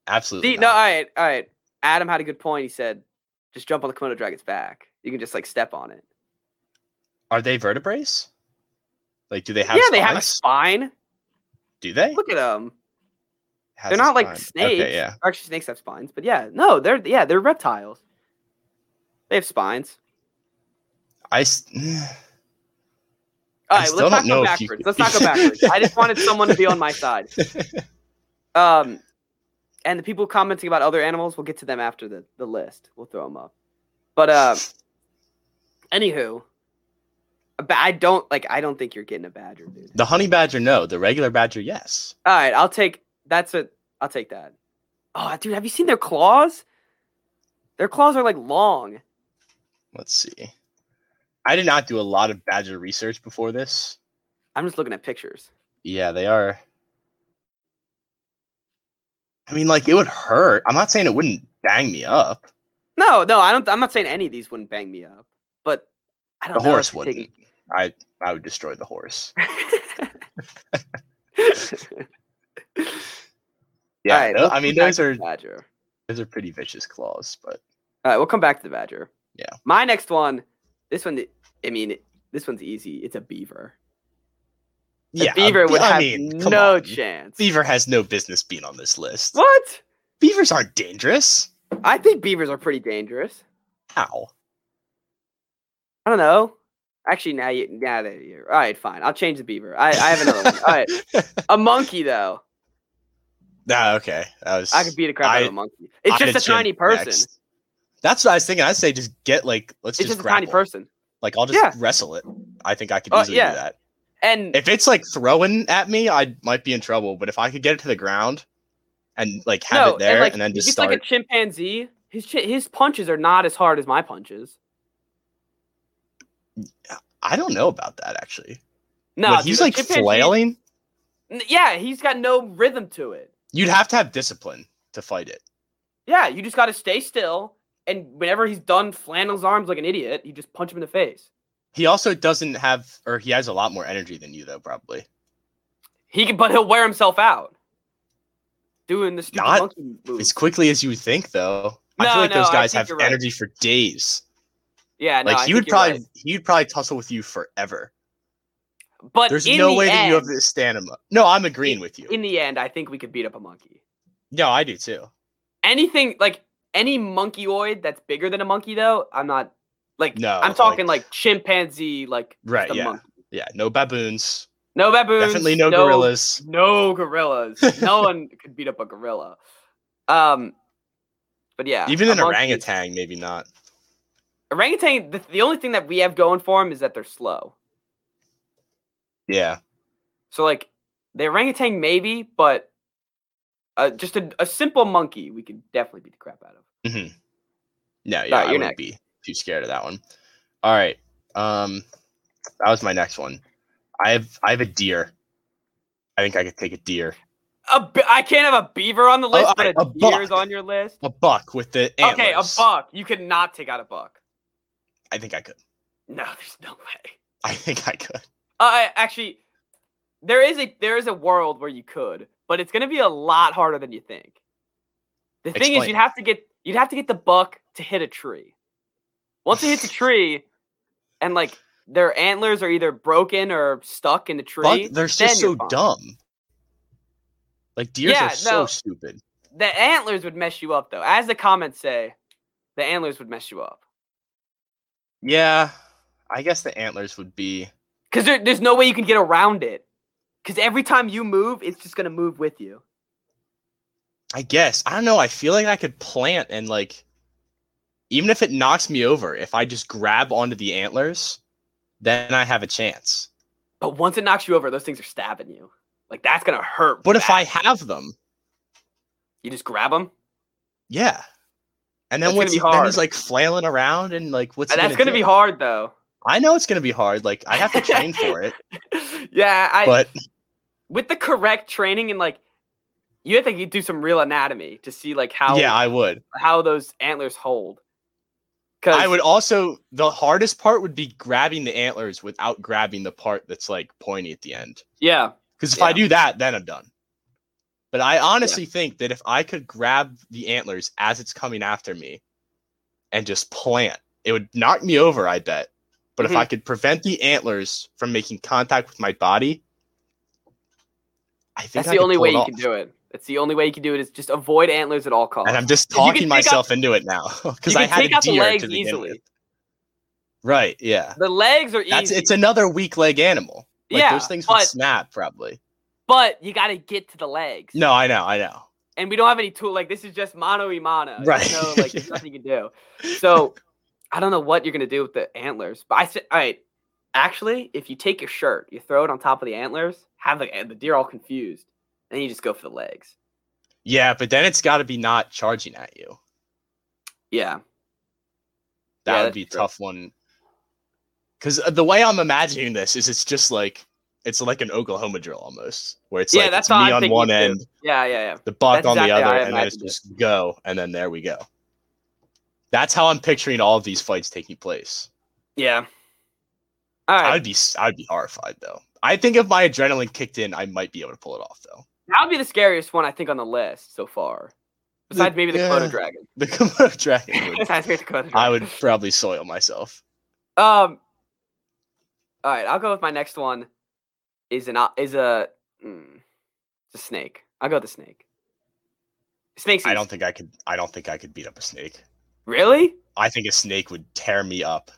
S2: Absolutely.
S1: See, no, all
S2: not.
S1: right, all right. Adam had a good point. He said, "Just jump on the Komodo dragon's back. You can just like step on it."
S2: Are they vertebrates? Like, do they have?
S1: yeah, they have a
S2: spines?
S1: spine.
S2: Do they?
S1: Look at them.
S2: Has
S1: they're
S2: a
S1: not like
S2: spine.
S1: snakes.
S2: Okay, yeah.
S1: Or Actually, snakes have spines, but yeah, no, they're yeah, they're reptiles. They have spines.
S2: I. s-
S1: All
S2: I
S1: right,
S2: still
S1: let's not
S2: don't
S1: go
S2: know if you
S1: backwards. Let's
S2: could-
S1: not go backwards. I just wanted someone to be on my side. Um, and the people commenting about other animals, we'll get to them after the, the list. We'll throw them up. But uh, anywho, but I don't like. I don't think you're getting a badger, dude.
S2: The honey badger, no. The regular badger, yes.
S1: All right, I'll take That's a. I'll take that. Oh, dude, have you seen their claws? Their claws are like long.
S2: Let's see. I did not do a lot of badger research before this.
S1: I'm just looking at pictures.
S2: Yeah, they are. I mean, like it would hurt. I'm not saying it wouldn't bang me up.
S1: No, no, I don't. I'm not saying any of these wouldn't bang me up, but I don't.
S2: The
S1: know if
S2: horse
S1: you
S2: wouldn't.
S1: take-
S2: I I would destroy the horse. Yeah,
S1: Alright,
S2: tho-
S1: let's
S2: I
S1: come
S2: mean
S1: back
S2: those
S1: to
S2: are
S1: the badger.
S2: those are pretty vicious claws, but
S1: All right, we'll come back to the badger.
S2: Yeah.
S1: My next one. This one. I mean, this one's easy. It's a beaver. A
S2: yeah,
S1: beaver
S2: a be-
S1: would
S2: I
S1: have
S2: mean, come
S1: no
S2: on.
S1: chance.
S2: Beaver has no business being on this list.
S1: What?
S2: Beavers aren't dangerous.
S1: I think beavers are pretty dangerous.
S2: How?
S1: I don't know. Actually, now you now that you're all right, fine. I'll change the beaver. I, I have another one. All right, a monkey though.
S2: Nah, okay. That was,
S1: I could beat a crap out
S2: I-
S1: of a monkey. It's
S2: I'd
S1: just a
S2: have
S1: tiny
S2: said
S1: person.
S2: next. That's what I was thinking. I'd say just get like let's
S1: It's
S2: just
S1: just a
S2: grapple.
S1: tiny person.
S2: Like I'll just
S1: Yeah.
S2: wrestle it. I think I could
S1: Oh,
S2: easily
S1: yeah.
S2: do that.
S1: And
S2: If it's like throwing at me, I might be in trouble. But if I could get it to the ground and like have
S1: no,
S2: it there
S1: and, like,
S2: and, then
S1: if
S2: just
S1: it's
S2: start,
S1: like a chimpanzee. His chi- his punches are not as hard as my punches.
S2: I don't know about that actually.
S1: No,
S2: when
S1: dude,
S2: he's
S1: a
S2: like
S1: chimpanzee-
S2: flailing,
S1: N- Yeah, he's got no rhythm to it.
S2: you'd have to have discipline to fight it.
S1: Yeah, you just got to stay still. And whenever he's done flailing his arms like an idiot, you just punch him in the face.
S2: He also doesn't have, or he has a lot more energy than you though, probably.
S1: He can, but he'll wear himself out doing the stupid
S2: Not
S1: monkey moves.
S2: As quickly as you would think, though, I
S1: No,
S2: feel like
S1: no,
S2: those
S1: I
S2: guys
S1: think
S2: have
S1: you're right.
S2: energy for days.
S1: Yeah, no,
S2: like
S1: I
S2: he
S1: think
S2: would
S1: you're
S2: probably,
S1: right.
S2: he would probably tussle with you forever.
S1: But
S2: There's
S1: in
S2: no
S1: the
S2: way that you have
S1: end-
S2: the stamina. No, I'm agreeing with you.
S1: In the end, I think we could beat up a monkey.
S2: no, I do too.
S1: Anything like any monkeyoid that's bigger than a monkey, though, I'm not like.
S2: No,
S1: I'm
S2: like-
S1: talking like, chimpanzee, like just
S2: Right,
S1: a
S2: yeah.
S1: monkey.
S2: Yeah, no baboons.
S1: No baboons.
S2: Definitely no, gorillas.
S1: No gorillas. no one could beat up a gorilla. Um, but yeah,
S2: Even
S1: a
S2: an
S1: monkey-
S2: orangutan, maybe not.
S1: Orangutan. The, the only thing that we have going for them is that they're slow.
S2: Yeah.
S1: So like the orangutan maybe, but uh, just a, a simple monkey we could definitely beat the crap out of.
S2: No, yeah,
S1: Alright,
S2: I
S1: you're next.
S2: wouldn't be too scared of that one. All right. Um that was my next one. I have I have a deer. I think I could take a deer.
S1: A be- I can't have a beaver on the list, but
S2: alright,
S1: a,
S2: Oh, a
S1: deer is
S2: buck.
S1: on your list.
S2: A buck with the antlers.
S1: Okay, a buck. You could not take out a buck.
S2: I think I could.
S1: No, there's no way.
S2: I think I could.
S1: Uh, actually, there is a there is a world where you could, but it's gonna be a lot harder than you think. The thing is,
S2: Explain.
S1: you'd have to get you'd have to get the buck to hit a tree. Once it hits a tree, and like their antlers are either broken or stuck in the tree.
S2: Buck,
S1: then
S2: they're just
S1: you're
S2: so
S1: fine.
S2: dumb. Like deers
S1: Yeah,
S2: are
S1: no.
S2: so stupid.
S1: The antlers would mess you up, though. As the comments say, the antlers would mess you up
S2: Yeah. I guess the antlers would be
S1: because there, there's no way you can get around it. Because every time you move, it's just gonna move with you.
S2: I guess. I don't know. I feel like I could plant and like even if it knocks me over, if I just grab onto the antlers, then I have a chance.
S1: But once it knocks you over, those things are stabbing you. Like that's gonna hurt.
S2: But if I
S1: bad.
S2: have them,
S1: you just grab them,
S2: yeah. And
S1: That's
S2: then
S1: gonna
S2: what's
S1: be
S2: then
S1: hard.
S2: he's like flailing around and like what's he
S1: that's
S2: gonna,
S1: gonna be
S2: do?
S1: hard though.
S2: I know it's gonna be hard. Like I have to train for it,
S1: yeah, I
S2: but
S1: with the correct training and like you have to do some real anatomy to see like how
S2: yeah, I would.
S1: how those antlers hold. Because
S2: I would also the hardest part would be grabbing the antlers without grabbing the part that's like pointy at the end.
S1: yeah,
S2: Because if
S1: Yeah.
S2: I do that, then I'm done. But I honestly think that if I could grab the antlers as it's coming after me and just plant, it would knock me over, I bet. But
S1: Mm-hmm.
S2: if I could prevent the antlers from making contact with my body, I think
S1: that's
S2: I
S1: the
S2: could
S1: only
S2: pull
S1: way
S2: it
S1: you
S2: off.
S1: can do it. That's the only way you can do it is just avoid antlers at all costs.
S2: And I'm just
S1: If you could
S2: talking
S1: take out-
S2: myself into it now because
S1: you
S2: I
S1: can
S2: had
S1: take
S2: a
S1: out the
S2: deer
S1: legs
S2: to begin
S1: easily.
S2: with. Right? Yeah.
S1: The legs are
S2: That's
S1: easy.
S2: it's another weak leg animal. Like
S1: yeah,
S2: those things would
S1: but
S2: snap probably.
S1: but you got to get to the legs.
S2: No, I know, I know.
S1: and we don't have any tool. Like this is just mono e mono.
S2: Right.
S1: You know, like there's nothing you can do. So I don't know what you're gonna do with the antlers. But I said, all right. Actually, if you take your shirt, you throw it on top of the antlers, have the the deer all confused, Then you just go for the legs.
S2: Yeah, but then it's got to be not charging at you.
S1: Yeah.
S2: That
S1: Yeah,
S2: would
S1: that's
S2: be a
S1: true.
S2: tough one. Because the way I'm imagining this is it's just like it's like an Oklahoma drill almost, where it's
S1: Yeah,
S2: like
S1: that's
S2: it's
S1: how
S2: me
S1: I'm
S2: on
S1: thinking
S2: one
S1: too.
S2: end,
S1: Yeah, yeah, yeah.
S2: the buck
S1: That's
S2: on the
S1: exactly how
S2: other,
S1: I
S2: and then it's
S1: imagined it.
S2: just go, and then there we go. That's how I'm picturing all of these fights taking place.
S1: Yeah. All
S2: I
S1: right.
S2: would be s- I would be horrified though. I think if my adrenaline kicked in, I might be able to pull it off though.
S1: That would be the scariest one I think on the list so far. Besides maybe the
S2: yeah.
S1: Komodo dragon.
S2: The Komodo dragon, would,
S1: Besides maybe the Komodo dragon.
S2: I would probably soil myself.
S1: Um. All right, I'll go with my next one. Is an o- is a mm, it's a snake. I'll go with the snake. Snakes.
S2: I don't think I could. I don't think I could beat up a snake.
S1: really.
S2: I think a snake would tear me up.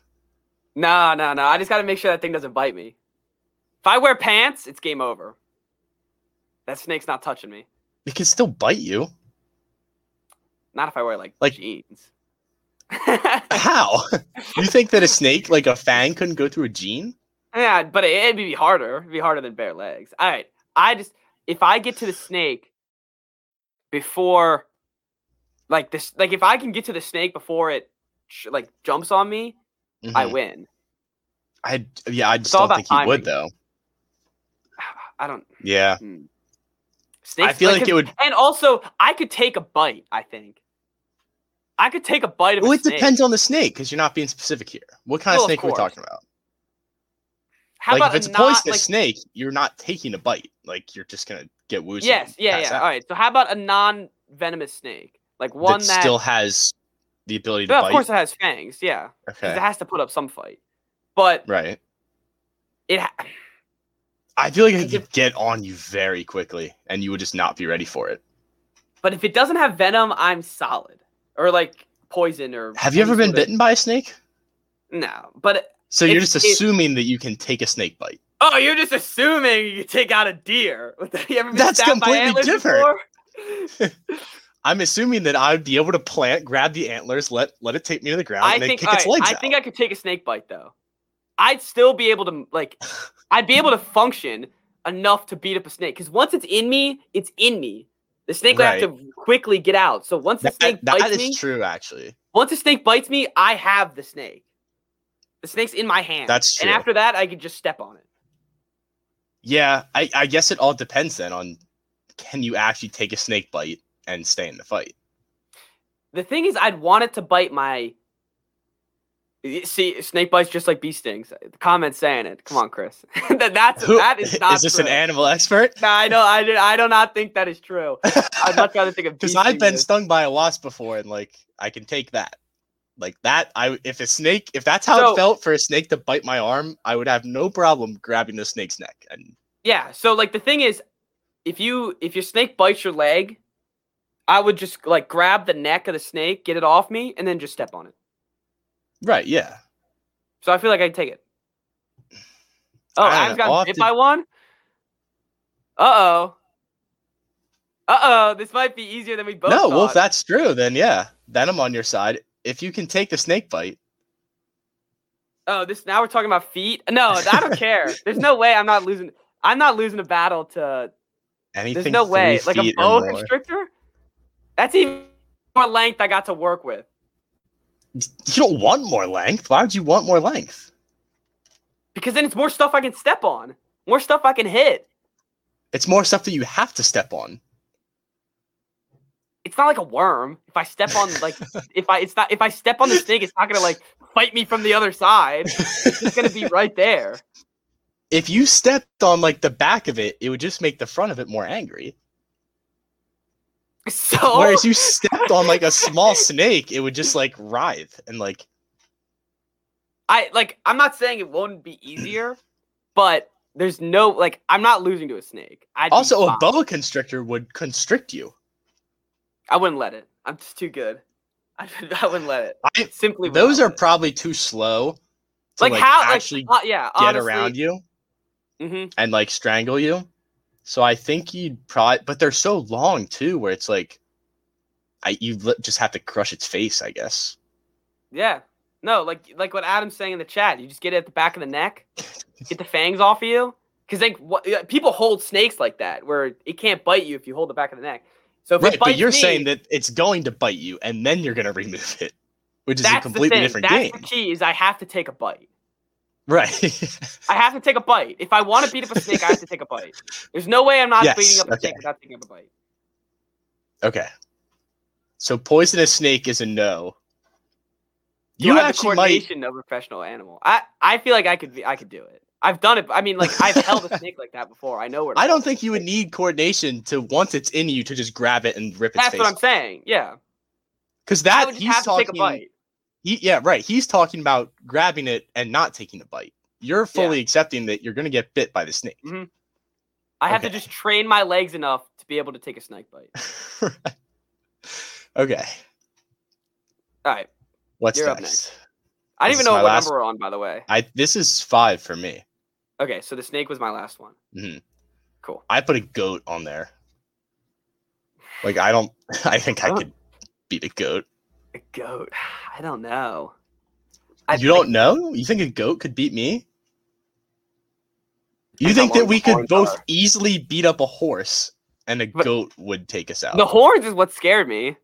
S1: No, no, no. I just got to make sure that thing doesn't bite me. If I wear pants, it's game over. That snake's not touching me.
S2: It can still bite you.
S1: Not if I wear like,
S2: Like-
S1: jeans. yeah,
S2: How? you think that a snake, like a fang, couldn't go through a gene?
S1: but it, it'd be harder. It'd be harder than bare legs. All right. I just if I get to the snake before, like this, like if I can get to the snake before it sh- like jumps on me, I
S2: Mhm.
S1: win.
S2: I yeah. I just
S1: all
S2: don't
S1: about
S2: think he
S1: timing.
S2: would though.
S1: I don't.
S2: Yeah.
S1: Snakes,
S2: I feel like, it would.
S1: And also, I could take a bite. I think I could take a bite of.
S2: Well,
S1: a
S2: it
S1: snake.
S2: depends on the snake because you're not being specific here. What kind
S1: Well, of
S2: of snake are we
S1: course.
S2: talking about?
S1: How
S2: like
S1: about
S2: if it's
S1: a
S2: a
S1: non,
S2: poisonous
S1: like,
S2: snake, you're not taking a bite. Like you're just gonna get woozy.
S1: Yes,
S2: and
S1: yeah,
S2: pass
S1: yeah.
S2: out.
S1: All right. So how about a non-venomous snake, like one
S2: that,
S1: that,
S2: still has the ability to
S1: Well,
S2: bite.
S1: of course it has fangs, yeah, because
S2: okay.
S1: it has to put up some fight. But
S2: Right.
S1: it, ha-
S2: I feel like it
S1: Because
S2: could get on you very quickly, and you would just not be ready for it.
S1: but if it doesn't have venom, I'm solid. Or like poison, or
S2: Have you
S1: any
S2: ever been
S1: sort of-
S2: bitten by a snake?
S1: No, but
S2: So you're
S1: It's-
S2: just
S1: it-
S2: assuming that you can take a snake bite.
S1: oh, you're just assuming you could take out a deer. You ever been
S2: That's
S1: stabbed by
S2: completely
S1: antlers
S2: different.
S1: before?
S2: I'm assuming that I would be able to plant, grab the antlers, let let it take me to the ground,
S1: I
S2: and
S1: think
S2: then kick its
S1: all right,
S2: legs
S1: I
S2: out.
S1: think I could take a snake bite though. I'd still be able to like I'd be able to function enough to beat up a snake because once it's in me, it's in me. The snake would have to quickly get out. So once the snake
S2: that that
S1: bites
S2: is
S1: me,
S2: true, actually.
S1: once a snake bites me, I have the snake. The snake's in my hand.
S2: That's
S1: And
S2: true.
S1: after that, I could just step on it.
S2: Yeah, I, I guess it all depends then on can you actually take a snake bite and stay in the fight.
S1: The thing is, I'd want it to bite my. Y- See, snake bites just like bee stings. The Comment saying it. Come on, Chris. that, that's
S2: Who-
S1: that is not.
S2: this an
S1: true.
S2: animal expert?
S1: No, I know. I do, I do not think that is true. I'd much rather think of
S2: Because
S1: bee
S2: I've been
S1: stingers.
S2: stung by a wasp before, and like I can take that. Like that, I if a snake, if that's how
S1: So-
S2: it felt for a snake to bite my arm, I would have no problem grabbing the snake's neck. And
S1: Yeah. So like the thing is, if you if your snake bites your leg, I would just like grab the neck of the snake, get it off me, and then just step on it.
S2: right, yeah,
S1: So I feel like I'd take it. Oh,
S2: I
S1: I've
S2: don't know. I'll
S1: gotten
S2: have
S1: bit
S2: to-
S1: by one. Uh oh. Uh oh. This might be easier than we both.
S2: no, well, if
S1: thought.
S2: that's true, then yeah, then I'm on your side. If you can take the snake bite,
S1: Oh, this now we're talking about feet. No, I don't care. There's no way I'm not losing. I'm not losing a battle to
S2: anything
S1: There's no
S2: three
S1: way. Like a
S2: feet or
S1: boa
S2: more-
S1: constrictor? That's even more length I got to work with.
S2: you don't want more length. Why would you want more length?
S1: Because then it's more stuff I can step on. More stuff I can hit.
S2: It's more stuff that you have to step on.
S1: It's not like a worm. If I step on like if I it's not if I step on the snake, it's not gonna like fight me from the other side. It's gonna be right there.
S2: If you stepped on like the back of it, it would just make the front of it more angry.
S1: So
S2: Whereas you stepped on like a small snake, it would just like writhe and like
S1: I like I'm not saying it won't be easier, but there's no like I'm not losing to a snake. I'd be
S2: also
S1: fine.
S2: a boa constrictor would constrict you.
S1: I wouldn't let it. I'm just too good. I, I wouldn't let it.
S2: I,
S1: Simply would
S2: those
S1: not
S2: are
S1: let it.
S2: probably too slow to
S1: like,
S2: like,
S1: how
S2: actually
S1: like, uh, yeah
S2: get
S1: honestly,
S2: around you
S1: mhm.
S2: and like strangle you. So I think you'd probably, but they're so long too, where it's like, I you li- just have to crush its face, I guess.
S1: yeah no like like what adam's saying in the chat you just get it at the back of the neck get the fangs off of you Because like what, yeah, people hold snakes like that, where it can't bite you if you hold the back of the neck. So if
S2: Right,
S1: it bites
S2: but you're
S1: me,
S2: saying that it's going to bite you, and then you're going to remove it, which is a
S1: that's the
S2: completely
S1: thing.
S2: different
S1: that's
S2: game.
S1: the key is I have to take a bite.
S2: Right.
S1: I have to take a bite. If I want to beat up a snake, I have to take a bite. There's no way I'm not
S2: Yes,
S1: beating up a
S2: okay.
S1: snake without taking up a bite.
S2: okay. So poisonous snake is a no.
S1: Do
S2: You
S1: I have the
S2: actually might.
S1: coordination of a professional animal. I, I feel like I could be, I could do it. I've done it. I mean, like I've held a snake like that before. I know where. to
S2: I
S1: hold
S2: don't think you would need coordination to once it's in you to just grab it and rip
S1: it. That's
S2: its
S1: what
S2: face.
S1: I'm saying. Yeah,
S2: Because
S1: I
S2: that
S1: would just
S2: he's
S1: have to
S2: talking.
S1: take a bite.
S2: he- yeah, right. He's talking about grabbing it and not taking the bite. You're fully accepting that you're going to get bit by the snake.
S1: I have to
S2: Okay.
S1: just train my legs enough to be able to take a snake bite.
S2: okay.
S1: All right.
S2: What's
S1: You're up
S2: next?
S1: I don't
S2: This
S1: even
S2: is
S1: know
S2: my
S1: what
S2: last-
S1: number we're on, by the way.
S2: I this is five for me.
S1: Okay, so the snake was my last one.
S2: Mhm.
S1: Cool.
S2: I put a goat on there. Like I don't. I think I
S1: Huh.
S2: could beat a goat.
S1: A goat. I don't know. I
S2: you don't know? You think a goat could beat me? You
S1: I'm
S2: think
S1: not
S2: that
S1: one
S2: we
S1: with the
S2: could
S1: horns
S2: both
S1: either.
S2: easily beat up a horse and a
S1: But-
S2: goat would take us out?
S1: The horns is what scared me.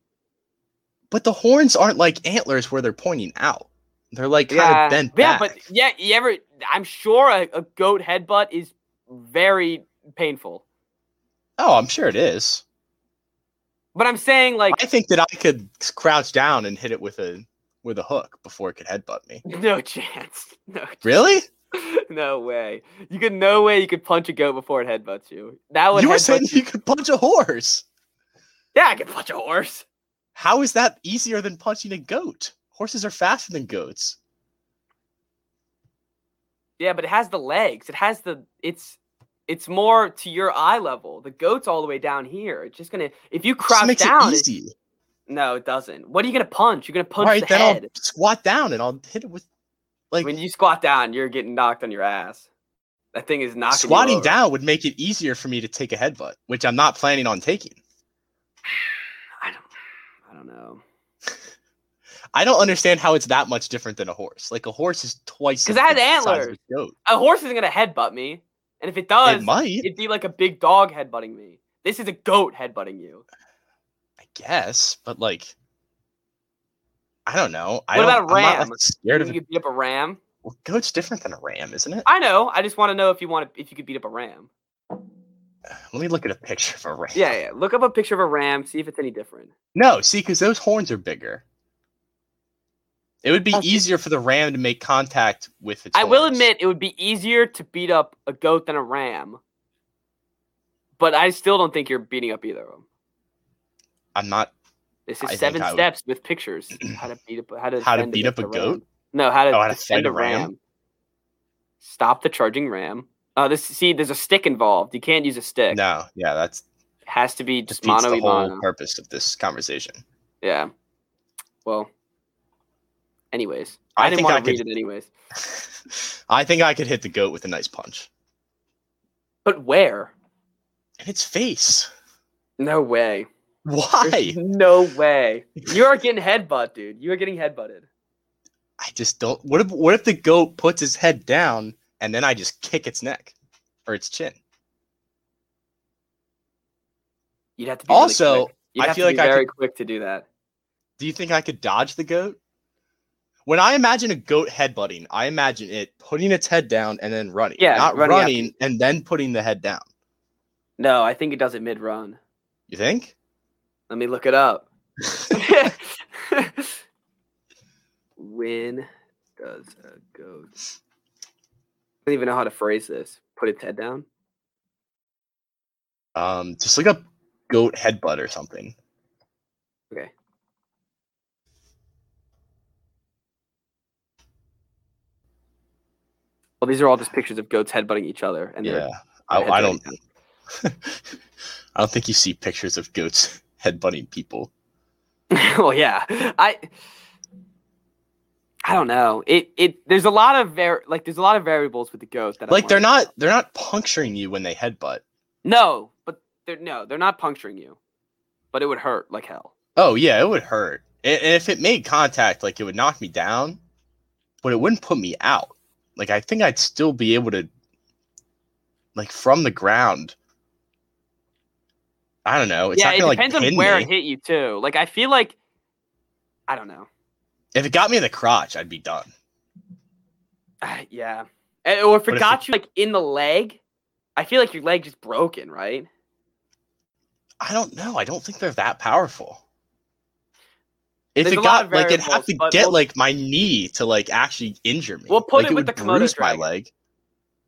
S2: But the horns aren't like antlers where they're pointing out. They're like kind
S1: yeah.
S2: of bent
S1: yeah,
S2: back.
S1: but yeah, you ever? I'm sure a, a goat headbutt is very painful.
S2: oh, I'm sure it is.
S1: But I'm saying like
S2: I think that I could crouch down and hit it with a with a hook before it could headbutt me.
S1: no chance. No.
S2: Really?
S1: No way. You could no way you could punch a goat before it headbutts you. That would
S2: you were
S1: headbutt
S2: saying
S1: you-
S2: you could punch a horse.
S1: Yeah, I could punch a horse.
S2: How is that easier than punching a goat? Horses are faster than goats.
S1: Yeah, but it has the legs. It has the it's it's more to your eye level. The goat's all the way down here. It's just gonna if you
S2: Just
S1: crouch
S2: makes
S1: down.
S2: it
S1: it-
S2: easy.
S1: no, it doesn't. What are you gonna punch? You're gonna punch
S2: All right,
S1: the
S2: then
S1: head.
S2: I'll squat down and I'll hit it with like
S1: when you squat down, you're getting knocked on your ass. That thing is knocking. you
S2: squatting
S1: over.
S2: down would make it easier for me to take a headbutt, which I'm not planning on taking.
S1: I don't. I don't know.
S2: I don't understand how it's that much different than a horse. Like a horse is twice
S1: 'Cause
S2: the
S1: it has
S2: size of a
S1: antlers. Oh,
S2: goat.
S1: A horse isn't gonna headbutt me, and if it
S2: it
S1: does,
S2: might,
S1: it'd be like a big dog headbutting me. This is a goat headbutting you.
S2: I guess, but like I don't know. I
S1: What
S2: don't,
S1: about a
S2: I'm not, like,
S1: ram? You
S2: scared
S1: think
S2: of
S1: you could beat up a ram.
S2: well, goat's different than a ram, isn't it?
S1: I know. I just want to know if you want to, if you could beat up a ram.
S2: Let me look at a picture of a ram.
S1: Yeah, yeah. Look up a picture of a ram. See if it's any different.
S2: No, see, because those horns are bigger. It would be
S1: Okay.
S2: easier for the ram to make contact with its.
S1: I will
S2: horns.
S1: admit it would be easier to beat up a goat than a ram, but I still don't think you're beating up either of them.
S2: I'm not.
S1: This
S2: I
S1: is
S2: think
S1: seven
S2: I would-
S1: steps with pictures. How to beat up? How to
S2: How to
S1: defend
S2: beat up a
S1: against
S2: goat?
S1: ram. No, how to,
S2: Oh, how to
S1: defend
S2: fight a ram?
S1: Stop the charging ram. Uh, this see, there's a stick involved. You can't use a stick.
S2: No, yeah, that's
S1: It has to be just
S2: defeats
S1: mono
S2: the
S1: e
S2: whole
S1: mono.
S2: purpose of this conversation.
S1: Yeah. Well. Anyways,
S2: I
S1: I, didn't
S2: think
S1: want
S2: I
S1: to read
S2: could-
S1: it anyways.
S2: I think I could hit the goat with a nice punch
S1: But where?
S2: in its face.
S1: No way.
S2: Why?
S1: There's no way. You are getting headbutt, dude. You are getting headbutted.
S2: I just don't. What if what if the goat puts his head down and then I just kick its neck or its chin?
S1: You'd have to be really
S2: Also,
S1: quick. You'd
S2: I
S1: have
S2: feel
S1: to
S2: like
S1: be
S2: I
S1: very quick to do that.
S2: Do you think I could dodge the goat? When I imagine a goat headbutting, I imagine it putting its head down and then running.
S1: Yeah,
S2: not
S1: running
S2: running,
S1: after
S2: and then putting the head down.
S1: No, I think it does it mid run.
S2: You think?
S1: Let me look it up. when does a goat? I don't even know how to phrase this. Put its head down.
S2: Um, just look up goat headbutt or something.
S1: Okay. Well, these are all just pictures of goats headbutting each other, and
S2: yeah,
S1: they're
S2: I, I don't.
S1: headbutting.
S2: I don't think you see pictures of goats headbutting people.
S1: well, yeah, I. I don't know. It it there's a lot of var- like there's a lot of variables with the goat that I
S2: Like they're
S1: wonder
S2: not
S1: about.
S2: they're not puncturing you when they headbutt.
S1: no, but they're no they're not puncturing you, but it would hurt like hell.
S2: Oh yeah, it would hurt. I- And if it made contact, like it would knock me down, but it wouldn't put me out. Like I think I'd still be able to like from the ground. I don't know. Oh, It's
S1: yeah,
S2: not
S1: it
S2: gonna
S1: depends
S2: like pin
S1: on where
S2: me.
S1: it hit you too. Like I feel like I don't know.
S2: If it got me in the crotch, I'd be done.
S1: Ah, yeah. And- or if
S2: But
S1: it
S2: if
S1: got you like in the leg, I feel like your leg just broken, right?
S2: I don't know. I don't think they're that powerful. If
S1: There's
S2: it
S1: a lot
S2: got
S1: of
S2: like it'd have
S1: variables,
S2: to
S1: but
S2: get
S1: we'll-
S2: like my knee to like actually injure me.
S1: We'll put
S2: Like,
S1: it with
S2: would
S1: the Komodo
S2: bruise my
S1: dragon.
S2: leg.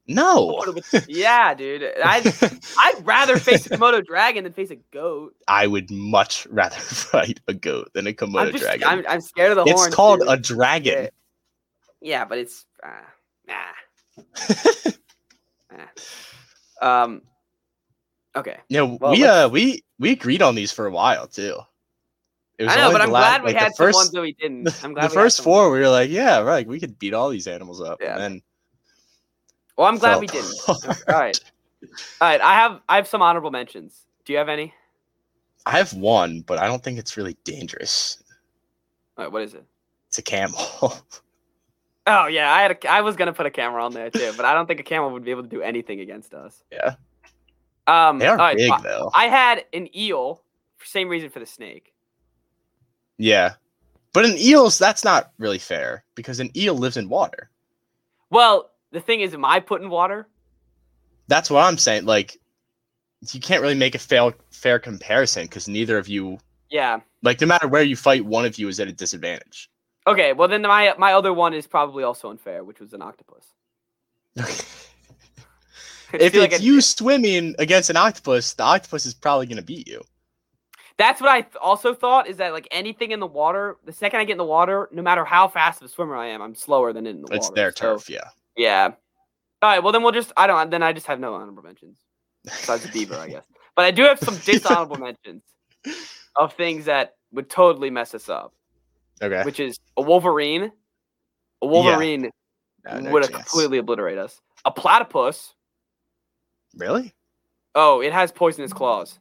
S2: No,
S1: yeah, dude. I I'd rather face a Komodo dragon than face a goat.
S2: I would much rather fight a goat than a Komodo
S1: I'm just
S2: dragon.
S1: I'm, I'm scared of the
S2: it's
S1: horn.
S2: called
S1: dude.
S2: a dragon.
S1: Yeah. Yeah, but it's uh, nah. nah. Um. Okay.
S2: Yeah, w-
S1: Well,
S2: we
S1: let's-
S2: uh we we agreed on these for a while too. It
S1: I know,
S2: only
S1: but
S2: the
S1: I'm
S2: la-
S1: glad we
S2: like, the
S1: had some
S2: first,
S1: ones that we didn't. I'm glad
S2: the
S1: we had
S2: first
S1: some-
S2: four. We were like, yeah, right, we could beat all these animals up.
S1: Yeah.
S2: And then
S1: Well, I'm glad
S2: fell
S1: we didn't.
S2: apart.
S1: All right. All right. I have I have some honorable mentions. Do you have any?
S2: I have one, but I don't think it's really dangerous.
S1: All right. What is it?
S2: It's a camel.
S1: Oh yeah, I had a, I was gonna put a camera on there too, but I don't think a camera would be able to do anything against us.
S2: Yeah.
S1: Um.
S2: they are
S1: all right,
S2: big
S1: fi-
S2: though.
S1: I had an eel, for same reason for the snake.
S2: Yeah. But an eel's that's not really fair because an eel lives in water.
S1: Well, the thing is, am I put in water?
S2: That's what I'm saying. Like you can't really make a fail, fair comparison because neither of you
S1: Yeah.
S2: like no matter where you fight, one of you is at a disadvantage.
S1: Okay. Well, then my my other one is probably also unfair, which was an octopus. I
S2: if
S1: feel
S2: it's
S1: like I-
S2: you swimming against an octopus, the octopus is probably gonna beat you.
S1: that's what I th- also thought is that like anything in the water, the second I get in the water, no matter how fast of a swimmer I am, I'm slower than in the water.
S2: It's their
S1: so-
S2: turf, yeah.
S1: Yeah. All right. Well, then we'll just I don't then I just have no honorable mentions besides the beaver, I guess. But I do have some dishonorable mentions of things that would totally mess us up,
S2: okay.
S1: which is a wolverine. A wolverine
S2: No, no
S1: would have
S2: chance.
S1: completely obliterated us. A platypus.
S2: Really?
S1: Oh, it has poisonous claws.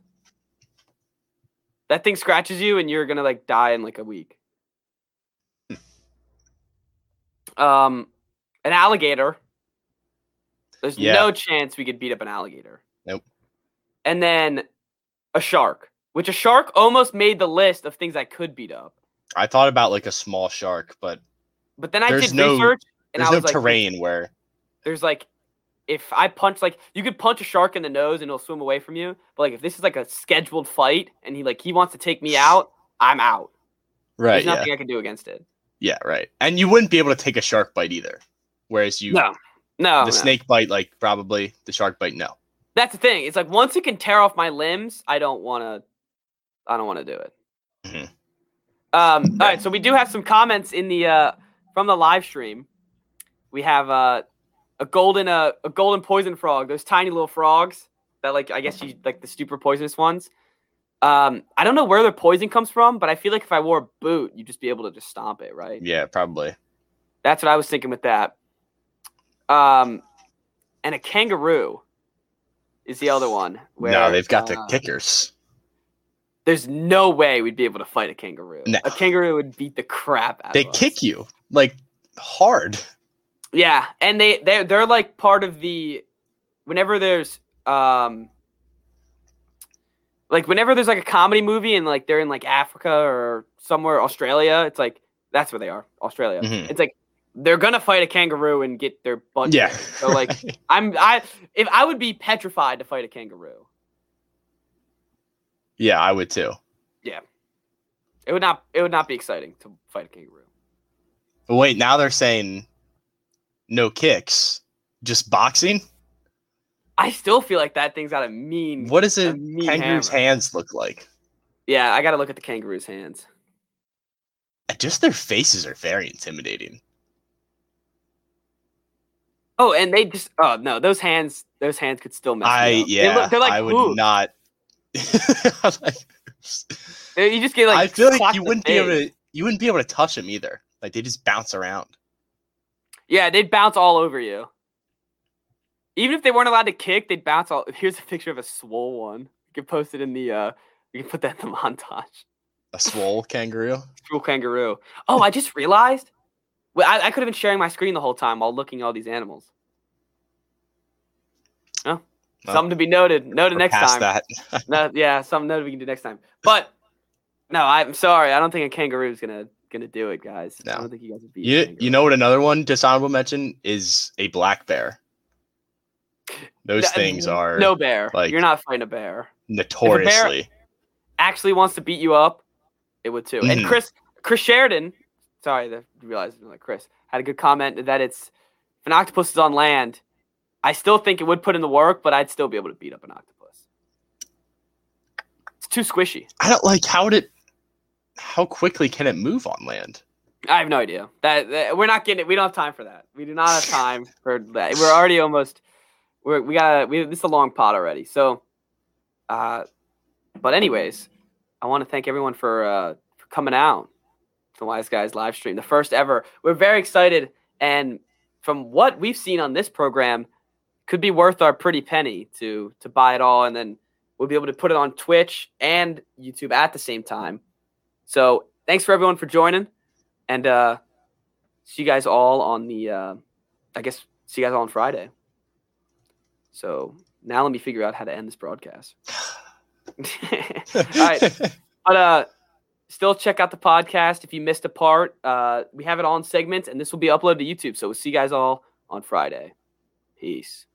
S1: That thing scratches you, and you're gonna like die in like a week.
S2: Hmm.
S1: Um, an alligator. There's
S2: Yeah.
S1: no chance we could beat up an alligator.
S2: Nope.
S1: And then a shark, which a shark almost made the list of things I could beat up,
S2: I thought about like a small shark, but
S1: but then I
S2: There's
S1: did
S2: no-
S1: research, and
S2: there's
S1: I
S2: no
S1: was like,
S2: terrain where
S1: there's like if I punch like you could punch a shark in the nose and it'll swim away from you, but like if this is like a scheduled fight and he like he wants to take me out, I'm out.
S2: Right.
S1: There's
S2: Yeah.
S1: nothing I can do against it.
S2: Yeah, right. And you wouldn't be able to take a shark bite either. Whereas you
S1: no. No.
S2: the
S1: no.
S2: snake bite, like probably the shark bite, no.
S1: That's the thing. It's like once it can tear off my limbs, I don't wanna I don't wanna do it.
S2: Mhm.
S1: Um all right, so we do have some comments in the uh from the live stream. We have uh a golden uh, a golden poison frog, those tiny little frogs that like I guess you like the super poisonous ones. Um I don't know where their poison comes from, but I feel like if I wore a boot, you'd just be able to just stomp it, right?
S2: Yeah, probably.
S1: That's what I was thinking with that. Um, and a kangaroo is the other one. Where,
S2: no, they've got
S1: uh,
S2: the kickers.
S1: There's no way we'd be able to fight a kangaroo.
S2: No.
S1: A kangaroo would beat the crap out
S2: They
S1: of us.
S2: kick you like hard.
S1: Yeah, and they they they're like part of the whenever there's um like whenever there's like a comedy movie and like they're in like Africa or somewhere Australia, it's like that's where they are, Australia.
S2: Mhm.
S1: It's like they're gonna fight a kangaroo and get their butt.
S2: Yeah.
S1: kicked. So like I'm I if I would be petrified to fight a kangaroo.
S2: yeah, I would too.
S1: It would not it would not be exciting to fight a kangaroo.
S2: But wait, now they're saying no kicks. Just boxing?
S1: I still feel like that thing's got a mean
S2: What does
S1: a
S2: a
S1: mean
S2: kangaroo's
S1: hammer.
S2: hands look like?
S1: Yeah, I gotta look at the kangaroo's hands.
S2: Uh, Just their faces are very intimidating.
S1: Oh, and they just oh no, those hands those hands could still mess. me
S2: I
S1: up.
S2: yeah,
S1: they look, they're like
S2: I would
S1: hooves.
S2: not
S1: They- You just get like
S2: I feel like
S1: clocked
S2: you
S1: in the
S2: wouldn't be able
S1: face.
S2: to you wouldn't be able to touch them either. Like they just bounce around.
S1: Yeah, they'd bounce all over you. Even if they weren't allowed to kick, they'd bounce all. Here's a picture of a swole one. You can post it in the. uh You can put that in the montage.
S2: A swole kangaroo.
S1: Swole kangaroo. Oh, I just realized. Well, I, I could have been sharing my screen the whole time while looking at all these animals.
S2: Well,
S1: something to be noted. Noted
S2: Oh. we're
S1: next
S2: past
S1: time.
S2: that.
S1: No, yeah, something noted we can do next time. But no, I'm sorry. I don't think a kangaroo's gonna gonna do it, guys. I
S2: No.
S1: don't think you guys would beat. a
S2: You,
S1: kangaroo.
S2: you know what? Another one dishonorable mention is a black bear. Those
S1: Th-
S2: things are
S1: no bear.
S2: like-
S1: You're not fighting a bear.
S2: notoriously.
S1: actually wants to beat you up, it would too. And
S2: Mhm.
S1: Chris Chris Sheridan, sorry, that realized I'm like Chris had a good comment that it's if an octopus is on land, I still think it would put in the work, but I'd still be able to beat up an octopus. It's too squishy.
S2: I don't like how would it. How quickly can it move on land?
S1: I have no idea. That, that- we're not getting it. We don't have time for that. We do not have time for that. We're already almost. We're, we got. We this is a long pot already. So, uh, but anyways, I want to thank everyone for uh for coming out to the Wise Guys live stream, the first ever. We're very excited, and from what we've seen on this program, could be worth our pretty penny to to buy it all, and then we'll be able to put it on Twitch and YouTube at the same time. So thanks for everyone for joining and uh see you guys all on the uh i guess see you guys all on friday so now let me figure out how to end this broadcast right. but uh still check out the podcast if you missed a part uh we have it all in segments and this will be uploaded to youtube so we'll see you guys all on friday peace